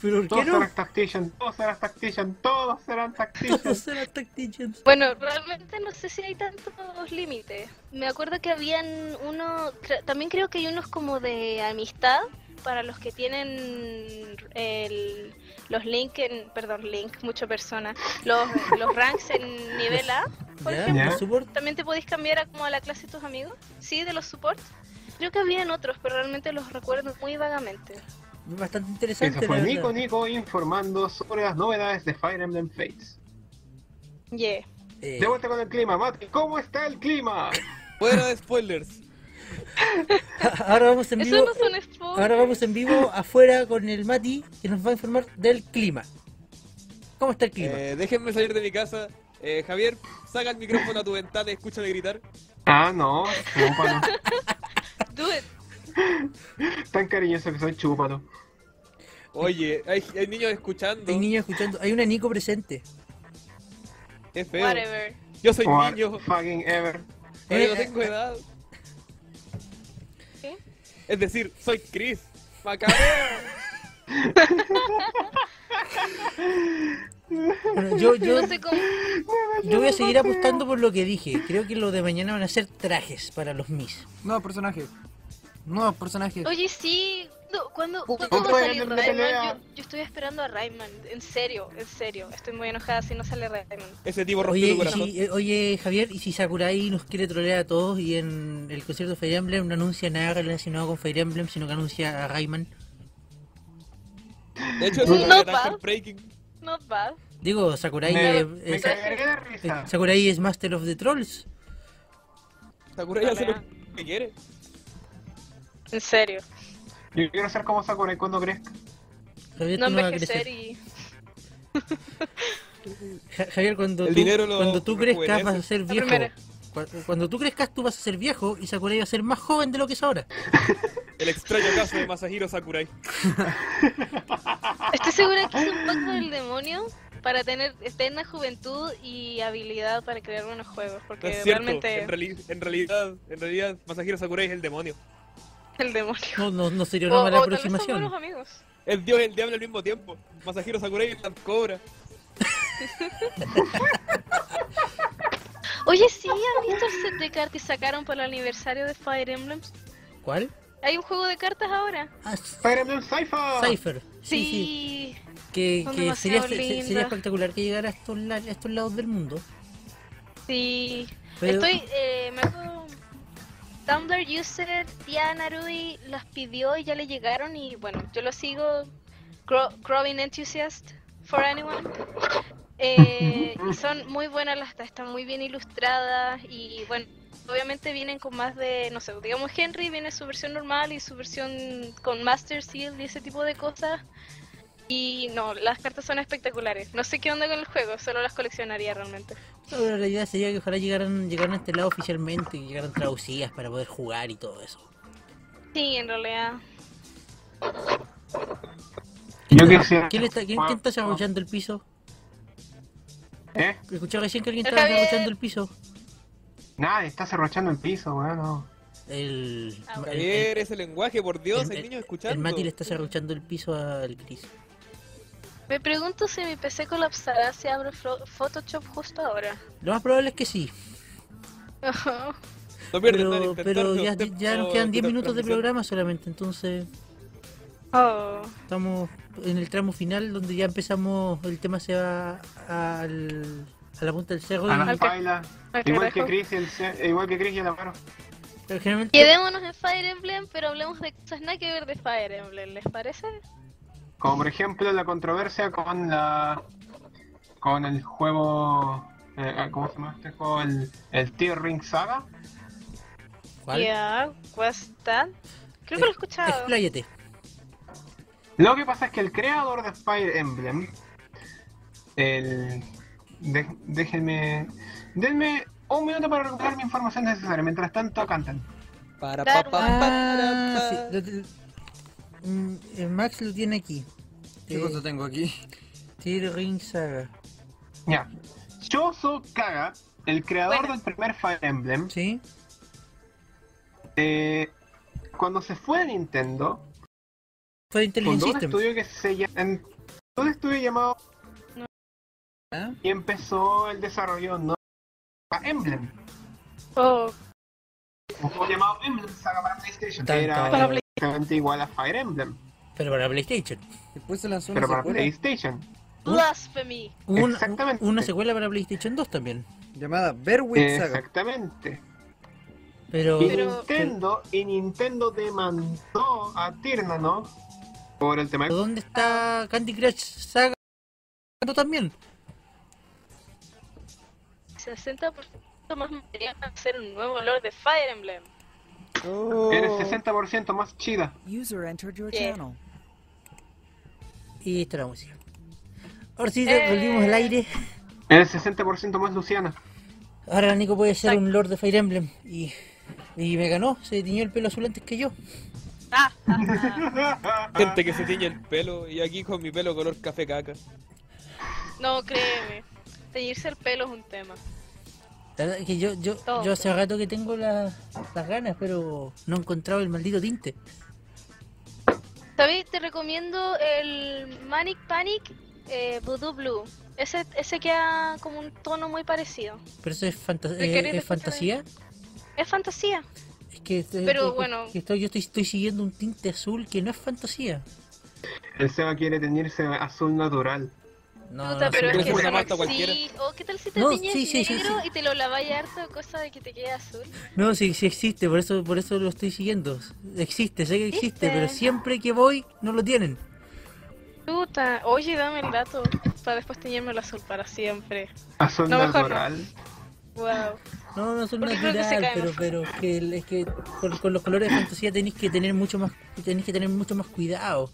Speaker 3: Pero ¿por
Speaker 2: Todos
Speaker 3: qué no?
Speaker 2: serán tactician, todos serán tactician, todos serán tactician.
Speaker 3: Todos serán tacticians.
Speaker 6: Bueno, realmente no sé si hay tantos límites. Me acuerdo que habían uno, cre- también creo que hay unos como de amistad para los que tienen el, los link en, perdón, link, mucha persona, los, los ranks en nivel A. Por
Speaker 3: Ya,
Speaker 6: ejemplo,
Speaker 3: ¿no support?
Speaker 6: También te podéis cambiar a como a la clase de tus amigos, sí, de los supports. Creo que habían otros, pero realmente los recuerdo muy vagamente.
Speaker 3: Bastante interesante.
Speaker 2: Eso fue
Speaker 3: la
Speaker 2: Nico
Speaker 3: verdad.
Speaker 2: Nico informando sobre las novedades de Fire Emblem Fates.
Speaker 6: Yeah.
Speaker 3: Eh,
Speaker 2: De vuelta con el clima, Mati, ¿cómo está el clima?
Speaker 4: Fuera de spoilers.
Speaker 3: ahora vamos en vivo.
Speaker 6: Eso no son spoilers.
Speaker 3: Ahora vamos en vivo afuera con el Mati que nos va a informar del clima. ¿Cómo está el clima?
Speaker 4: Eh, déjenme salir de mi casa. Eh, Javier, saca el micrófono a tu ventana y escúchame gritar.
Speaker 2: Ah, no, chúpalo.
Speaker 6: Do it.
Speaker 2: Tan cariñoso que soy, chúpalo.
Speaker 4: Oye, hay, hay niños escuchando.
Speaker 3: Hay niños escuchando. Hay una Nico presente.
Speaker 4: Es feo.
Speaker 6: Whatever.
Speaker 4: Yo soy
Speaker 2: Or
Speaker 4: niño.
Speaker 2: fucking ever.
Speaker 4: Oye, no
Speaker 3: Eh,
Speaker 4: tengo edad.
Speaker 6: ¿Qué?
Speaker 4: Es decir, soy Chris. Macarena.
Speaker 3: Bueno, yo, yo,
Speaker 6: No sé cómo...
Speaker 3: yo voy a seguir apostando por lo que dije. Creo que lo de mañana van a ser trajes para los Mis.
Speaker 5: Nuevos personajes. Nuevos personajes.
Speaker 6: Oye, sí. No, ¿Cuándo,
Speaker 5: Puta,
Speaker 6: ¿cuándo va a
Speaker 2: puta,
Speaker 6: salir
Speaker 2: no me
Speaker 6: Rayman?
Speaker 2: pelea.
Speaker 6: Yo, yo estoy esperando a Rayman. En serio, en serio. Estoy muy enojada si no sale Rayman.
Speaker 4: Ese tipo rompió
Speaker 3: Oye,
Speaker 4: tu
Speaker 3: y
Speaker 4: corazón.
Speaker 3: si- eh, oye, Javier, ¿y si Sakurai nos quiere trolear a todos y en el concierto de Fire Emblem no anuncia nada relacionado con Fire Emblem, sino que anuncia a Rayman?
Speaker 4: De hecho, eso
Speaker 6: No,
Speaker 4: no,
Speaker 6: pa.
Speaker 4: breaking.
Speaker 6: Not bad.
Speaker 3: Digo, Sakurai,
Speaker 2: Me,
Speaker 3: eh,
Speaker 2: me
Speaker 3: es,
Speaker 2: cagaré de risa.
Speaker 3: Sakurai es Master of the Trolls.
Speaker 4: Sakurai hace
Speaker 6: Real.
Speaker 4: lo que quiere.
Speaker 6: En serio.
Speaker 2: Yo quiero ser como Sakurai cuando crezca.
Speaker 3: Javier,
Speaker 6: No
Speaker 3: tú no vas a
Speaker 6: envejecer
Speaker 3: crecer.
Speaker 6: y.
Speaker 3: Ja- Javier, cuando
Speaker 4: El
Speaker 3: tú,
Speaker 4: dinero lo
Speaker 3: cuando tú crezcas
Speaker 4: rejuvenece.
Speaker 3: vas a ser viejo.
Speaker 6: primera.
Speaker 3: Cu- Cuando tú crezcas tú vas a ser viejo y Sakurai va a ser más joven de lo que es ahora.
Speaker 4: El extraño caso de Masahiro Sakurai.
Speaker 6: Estoy segura que es un pacto del demonio para tener eterna juventud y habilidad para crear buenos juegos.
Speaker 4: No
Speaker 6: Porque
Speaker 4: es cierto.
Speaker 6: realmente
Speaker 4: En, reali- en realidad, en realidad, Masahiro Sakurai es el demonio.
Speaker 6: el demonio.
Speaker 3: No, no, no sería
Speaker 6: O,
Speaker 3: una mala
Speaker 6: o Oh, tal vez son
Speaker 3: aproximación.
Speaker 6: buenos amigos.
Speaker 4: Es Dios y el diablo al mismo tiempo. Masahiro Sakurai es la cobra.
Speaker 6: Oye, sí, ¿han visto el set de cartas que sacaron para el aniversario de Fire Emblem?
Speaker 3: ¿Cuál?
Speaker 6: Hay un juego de cartas ahora.
Speaker 3: Ah, S-
Speaker 2: Fire Emblem Cypher.
Speaker 3: Cypher. Sí, sí. Que,
Speaker 6: Son
Speaker 3: que sería,
Speaker 6: demasiado
Speaker 3: se- se- sería
Speaker 6: lindas.
Speaker 3: espectacular que llegara a estos, la- a estos lados del mundo.
Speaker 6: Sí,
Speaker 3: Pero-
Speaker 6: estoy, eh, me acuerdo, Tumblr user Diana Rudy las pidió y ya le llegaron y bueno, yo lo sigo, Gro- Growing Enthusiast for Anyone. Eh, y son muy buenas las están muy bien ilustradas y bueno, obviamente vienen con más de, no sé, digamos Henry viene su versión normal y su versión con Master Seal y ese tipo de cosas. Y no, las cartas son espectaculares. No sé qué onda con el juego, solo las coleccionaría realmente.
Speaker 3: No, pero la idea sería que ojalá llegaran, llegaran a este lado oficialmente y llegaran traducidas para poder jugar y todo eso.
Speaker 6: Sí, en realidad.
Speaker 2: Yo quisiera.
Speaker 3: ¿Quién, le está, quién, quién está chabuchando el piso?
Speaker 2: ¿Eh?
Speaker 3: Escuchaba recién que alguien
Speaker 6: El
Speaker 3: estaba
Speaker 6: Javier.
Speaker 3: chabuchando el piso.
Speaker 2: Nada, está cerrochando el piso, weón. no.
Speaker 3: El,
Speaker 6: Ah,
Speaker 3: el-
Speaker 4: Javier, ese lenguaje, por Dios,
Speaker 3: el-
Speaker 4: hay
Speaker 3: el-
Speaker 4: niños
Speaker 3: el
Speaker 4: escuchando.
Speaker 3: Mati le está cerruchando el piso al Chris.
Speaker 6: Me pregunto si mi PC colapsará si abro fro- Photoshop justo ahora.
Speaker 3: Lo más probable es que sí,
Speaker 4: No pierdes nada
Speaker 3: pero,
Speaker 4: en
Speaker 3: pero
Speaker 4: intentarlo.
Speaker 3: ya, ya nos
Speaker 4: No,
Speaker 3: quedan 10
Speaker 4: puta
Speaker 3: minutos de
Speaker 4: transmisión.
Speaker 3: programa solamente, entonces
Speaker 6: Oh.
Speaker 3: estamos en el tramo final donde ya empezamos, el tema se va al- a la punta del cerro.
Speaker 2: A las
Speaker 3: y,
Speaker 6: Al-
Speaker 2: bailas.
Speaker 6: al
Speaker 2: Igual que
Speaker 6: carajo.
Speaker 2: Chris y el, ce- igual que Chris y el Amaro.
Speaker 3: pero generalmente-
Speaker 6: Quedémonos en Fire Emblem, pero hablemos de cosas nada que ver de Fire Emblem, ¿les parece?
Speaker 2: Como por ejemplo la controversia con la. con el juego. eh, ¿Cómo se llama este juego? El, el Tear Ring Saga.
Speaker 6: Ya,
Speaker 3: ¿Cuál?
Speaker 6: what's that? Creo que lo he escuchado.
Speaker 3: Expláyate.
Speaker 2: Lo que pasa es que el creador de Fire Emblem, el... de- déjenme... Denme un minuto para recuperar mi información necesaria. Mientras tanto, cantan.
Speaker 4: Para
Speaker 6: Dar
Speaker 4: pa, pa,
Speaker 6: una-
Speaker 4: para,
Speaker 3: Ah,
Speaker 4: pa.
Speaker 3: sí, lo te- mm, el Max lo tiene aquí.
Speaker 5: ¿Qué
Speaker 3: Eh,
Speaker 5: cosa tengo aquí?
Speaker 3: Tear Ring Saga.
Speaker 2: Ya. Shoso Kaga, el creador
Speaker 6: Bueno.
Speaker 2: del primer Fire Emblem,
Speaker 3: ¿Sí?
Speaker 2: eh, cuando se fue de Nintendo,
Speaker 3: Fue Intelligent
Speaker 2: fundó un
Speaker 3: System.
Speaker 2: estudio que se llama... en- Un estudio llamado...
Speaker 5: ¿Ah?
Speaker 2: Y empezó el desarrollo de un nuevo Fire Emblem.
Speaker 6: Oh,
Speaker 2: Un juego llamado Emblem Saga para PlayStation.
Speaker 3: Tan,
Speaker 2: que era
Speaker 3: tan.
Speaker 6: para Play-
Speaker 2: exactamente igual a Fire Emblem,
Speaker 3: Pero para PlayStation.
Speaker 5: Después se lanzó una
Speaker 2: pero para
Speaker 5: secuela
Speaker 2: PlayStation.
Speaker 6: Blasphemy.
Speaker 3: Hubo una,
Speaker 2: Exactamente.
Speaker 3: una secuela para PlayStation 2 también.
Speaker 5: llamada
Speaker 2: Eh,
Speaker 5: Berwick Saga.
Speaker 2: Exactamente.
Speaker 3: Pero,
Speaker 2: Y
Speaker 6: Pero-
Speaker 2: Nintendo, y Nintendo demandó a Tirnano por el tema.
Speaker 3: pero ¿dónde está Candy Crush Saga? También.
Speaker 6: 60% más material para hacer un nuevo olor de Fire Emblem.
Speaker 5: Oh.
Speaker 2: Eres 60% más chida.
Speaker 7: User entered your
Speaker 6: Yeah.
Speaker 7: channel.
Speaker 3: Y está la música. Ahora sí,
Speaker 6: Eh.
Speaker 3: volvimos al aire.
Speaker 2: Eres 60% más Luciana.
Speaker 3: Ahora la Nico puede ser un Lord de Fire Emblem. Y, y me ganó, se tiñó el pelo azul antes que yo.
Speaker 6: Ah, ah,
Speaker 4: Gente que se tiñe el pelo y aquí con mi pelo color café caca.
Speaker 6: ah. No, créeme. Teñirse el pelo es un tema.
Speaker 3: La verdad es que yo, yo,
Speaker 6: Todo.
Speaker 3: yo hace rato que tengo la- las ganas, pero no he encontrado el maldito tinte.
Speaker 6: ¿Sabes? Te recomiendo el Manic Panic eh, Voodoo Blue. Ese, ese queda como un tono muy parecido.
Speaker 3: Pero eso es, fanta-
Speaker 6: ¿Me
Speaker 3: eh,
Speaker 6: querés
Speaker 3: es
Speaker 6: escuchar
Speaker 3: fantasía.
Speaker 6: Es fantasía.
Speaker 3: Es que, este-
Speaker 6: Pero
Speaker 3: es que-
Speaker 6: bueno.
Speaker 3: que estoy, yo estoy, estoy siguiendo un tinte azul que no es fantasía.
Speaker 2: El Seba quiere teñirse azul natural.
Speaker 3: No,
Speaker 6: Puta,
Speaker 3: no,
Speaker 6: pero
Speaker 3: sí,
Speaker 6: es que
Speaker 4: Una
Speaker 6: eso no
Speaker 4: mata cualquiera.
Speaker 6: existe. O qué tal si te
Speaker 3: No,
Speaker 6: tiñes
Speaker 3: sí, sí, sí,
Speaker 6: negro y te lo lavas harto, cosa de que te quede azul.
Speaker 3: No, sí, sí existe, por eso, por eso lo estoy siguiendo. Existe, sé que existe,
Speaker 6: ¿Existe?
Speaker 3: pero siempre que voy no lo tienen.
Speaker 6: Puta, oye, dame el dato para después teñirme el azul para siempre.
Speaker 2: Azul
Speaker 6: No, mejor no.
Speaker 2: natural.
Speaker 6: Wow.
Speaker 3: No, no son
Speaker 6: Porque creo que se
Speaker 3: natural,
Speaker 6: cae
Speaker 3: pero,
Speaker 6: más
Speaker 3: pero es que, el- es que con, con los colores de fantasía tenéis que tener mucho más, tenéis que tener mucho más cuidado.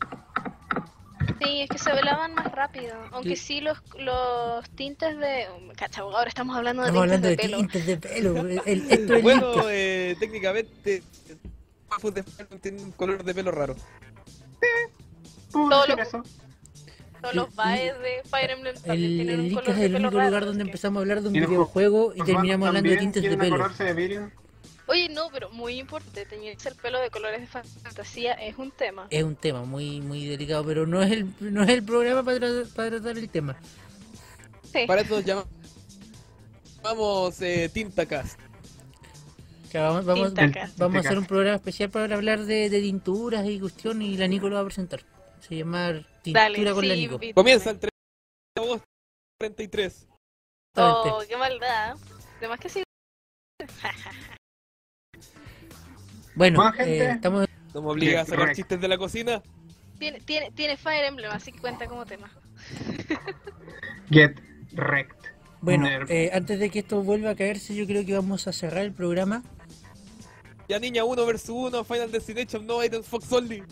Speaker 6: Sí, es que se velaban más rápido. Aunque
Speaker 3: Sí.
Speaker 6: sí, los, los tintes de. Cacha, ahora estamos hablando de
Speaker 3: Estamos
Speaker 6: tintes
Speaker 3: hablando
Speaker 6: de
Speaker 3: de
Speaker 6: pelo.
Speaker 3: tintes de pelo. el- el- esto es
Speaker 4: Bueno,
Speaker 3: líquido.
Speaker 4: eh, técnicamente, Mafus de Spider-Man tiene un color de pelo raro.
Speaker 2: ¿Puedo
Speaker 6: Todo
Speaker 2: decir
Speaker 6: lo-
Speaker 2: eso?
Speaker 6: Todos los baes de Fire Emblem también
Speaker 3: El,
Speaker 6: tienen
Speaker 3: el
Speaker 6: un
Speaker 3: Lick
Speaker 6: color
Speaker 3: es
Speaker 6: de
Speaker 3: el
Speaker 6: pelo
Speaker 3: único
Speaker 6: raro,
Speaker 3: lugar
Speaker 6: así
Speaker 3: donde
Speaker 6: que-
Speaker 3: empezamos a hablar de un
Speaker 2: Y los
Speaker 3: videojuego y
Speaker 2: Los
Speaker 3: terminamos
Speaker 2: vatos
Speaker 3: hablando de
Speaker 2: también
Speaker 3: tintes de
Speaker 2: tienen
Speaker 3: pelo.
Speaker 2: acordarse de vidrio.
Speaker 6: Oye, no, pero muy importante, teñirse el pelo de colores de fantasía es un tema.
Speaker 3: Es un tema muy muy delicado, pero no es el, no es el programa para, tra- para tratar el tema.
Speaker 6: Sí.
Speaker 4: Para eso llamamos. Vamos, eh, Tintacast.
Speaker 3: O sea, vamos, vamos,
Speaker 6: Tinta acá.
Speaker 3: vamos a
Speaker 2: Tinta
Speaker 3: hacer
Speaker 2: acá.
Speaker 3: un programa especial para hablar de, de tinturas y cuestión y la Nico lo va a presentar. Se llama Tintura
Speaker 6: Dale,
Speaker 3: con la
Speaker 6: sí,
Speaker 3: Nico.
Speaker 6: vi-
Speaker 4: Comienza el 3 de agosto 33.
Speaker 6: Oh, qué maldad. Además que sí.
Speaker 3: Bueno,
Speaker 2: Bueno, gente.
Speaker 3: eh, estamos
Speaker 4: No me obliga a
Speaker 2: Sí,
Speaker 4: sacar
Speaker 2: correcto.
Speaker 4: chistes de la cocina.
Speaker 6: Tiene, tiene, tiene Fire Emblem, así que cuenta como tema.
Speaker 2: Get wrecked.
Speaker 3: bueno,
Speaker 2: Nerd.
Speaker 3: eh, antes de que esto vuelva a caerse, yo creo que vamos a cerrar el programa.
Speaker 4: Ya niña 1 vs 1, Final Destination, no Iron Fox Only.
Speaker 6: No,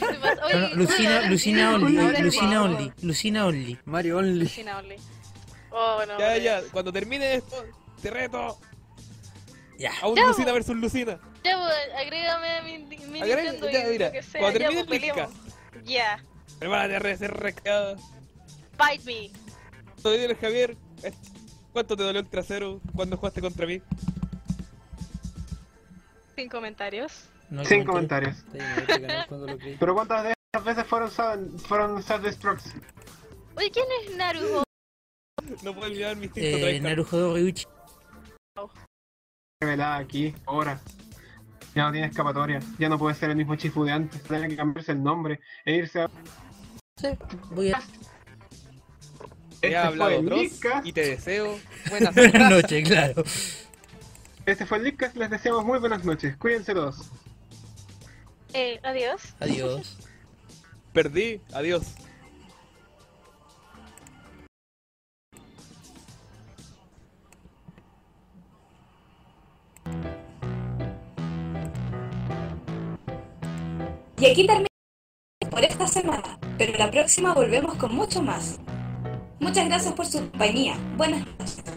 Speaker 6: ¿qué te pasa? Oye,
Speaker 3: No, no, Lucina,
Speaker 6: ahora
Speaker 3: Lucina
Speaker 6: sí,
Speaker 3: Only,
Speaker 6: ahora sí.
Speaker 3: Lucina Only, Lucina Only.
Speaker 5: Mario Only.
Speaker 6: Lucina Only. Oh, bueno.
Speaker 4: Ya,
Speaker 6: bueno.
Speaker 4: ya, cuando termine esto, te reto
Speaker 3: Ya.
Speaker 4: a un
Speaker 6: Ya,
Speaker 4: Lucina versus Lucina.
Speaker 6: Ya, pues, agrégame a mi, mi
Speaker 4: Agrega-
Speaker 6: Nintendo
Speaker 4: ya,
Speaker 6: y
Speaker 4: mira,
Speaker 6: lo que sea.
Speaker 4: cuando
Speaker 6: ya,
Speaker 4: termine
Speaker 6: pues,
Speaker 4: el
Speaker 6: peleemos. Ya.
Speaker 4: Hermana, de ser recreada.
Speaker 6: Bite me.
Speaker 4: Soy el Javier. ¿Cuánto te dolió el trasero cuando jugaste contra mí?
Speaker 6: Sin comentarios.
Speaker 3: No hay
Speaker 2: Sin
Speaker 3: comentario.
Speaker 2: comentarios.
Speaker 5: Cuando lo creí.
Speaker 2: Pero cuántas de esas veces fueron sal- fueron self-destructs.
Speaker 6: Oye, ¿quién es Naruto?
Speaker 4: No puedo olvidar mi instinto
Speaker 3: Eh,
Speaker 4: tryhard.
Speaker 3: Naruto Ryuichi.
Speaker 2: Revelada aquí, ahora. Ya no tiene escapatoria. Ya no puede ser el mismo Chifu de antes. Tiene que cambiarse el nombre e irse a.
Speaker 3: Sí, voy a...
Speaker 4: Te
Speaker 2: Este
Speaker 4: ha
Speaker 2: fue
Speaker 4: hablado
Speaker 2: el
Speaker 4: Dross
Speaker 2: Leadcast.
Speaker 4: y te deseo buenas noches.
Speaker 3: Buenas noches, claro.
Speaker 2: Este fue el Leadcast. Les deseamos muy buenas noches. Cuídense todos.
Speaker 6: Eh, adiós.
Speaker 3: Adiós.
Speaker 4: Perdí, adiós.
Speaker 1: Y aquí termina por esta semana, pero la próxima volvemos con mucho más. Muchas gracias por su compañía. Buenas noches.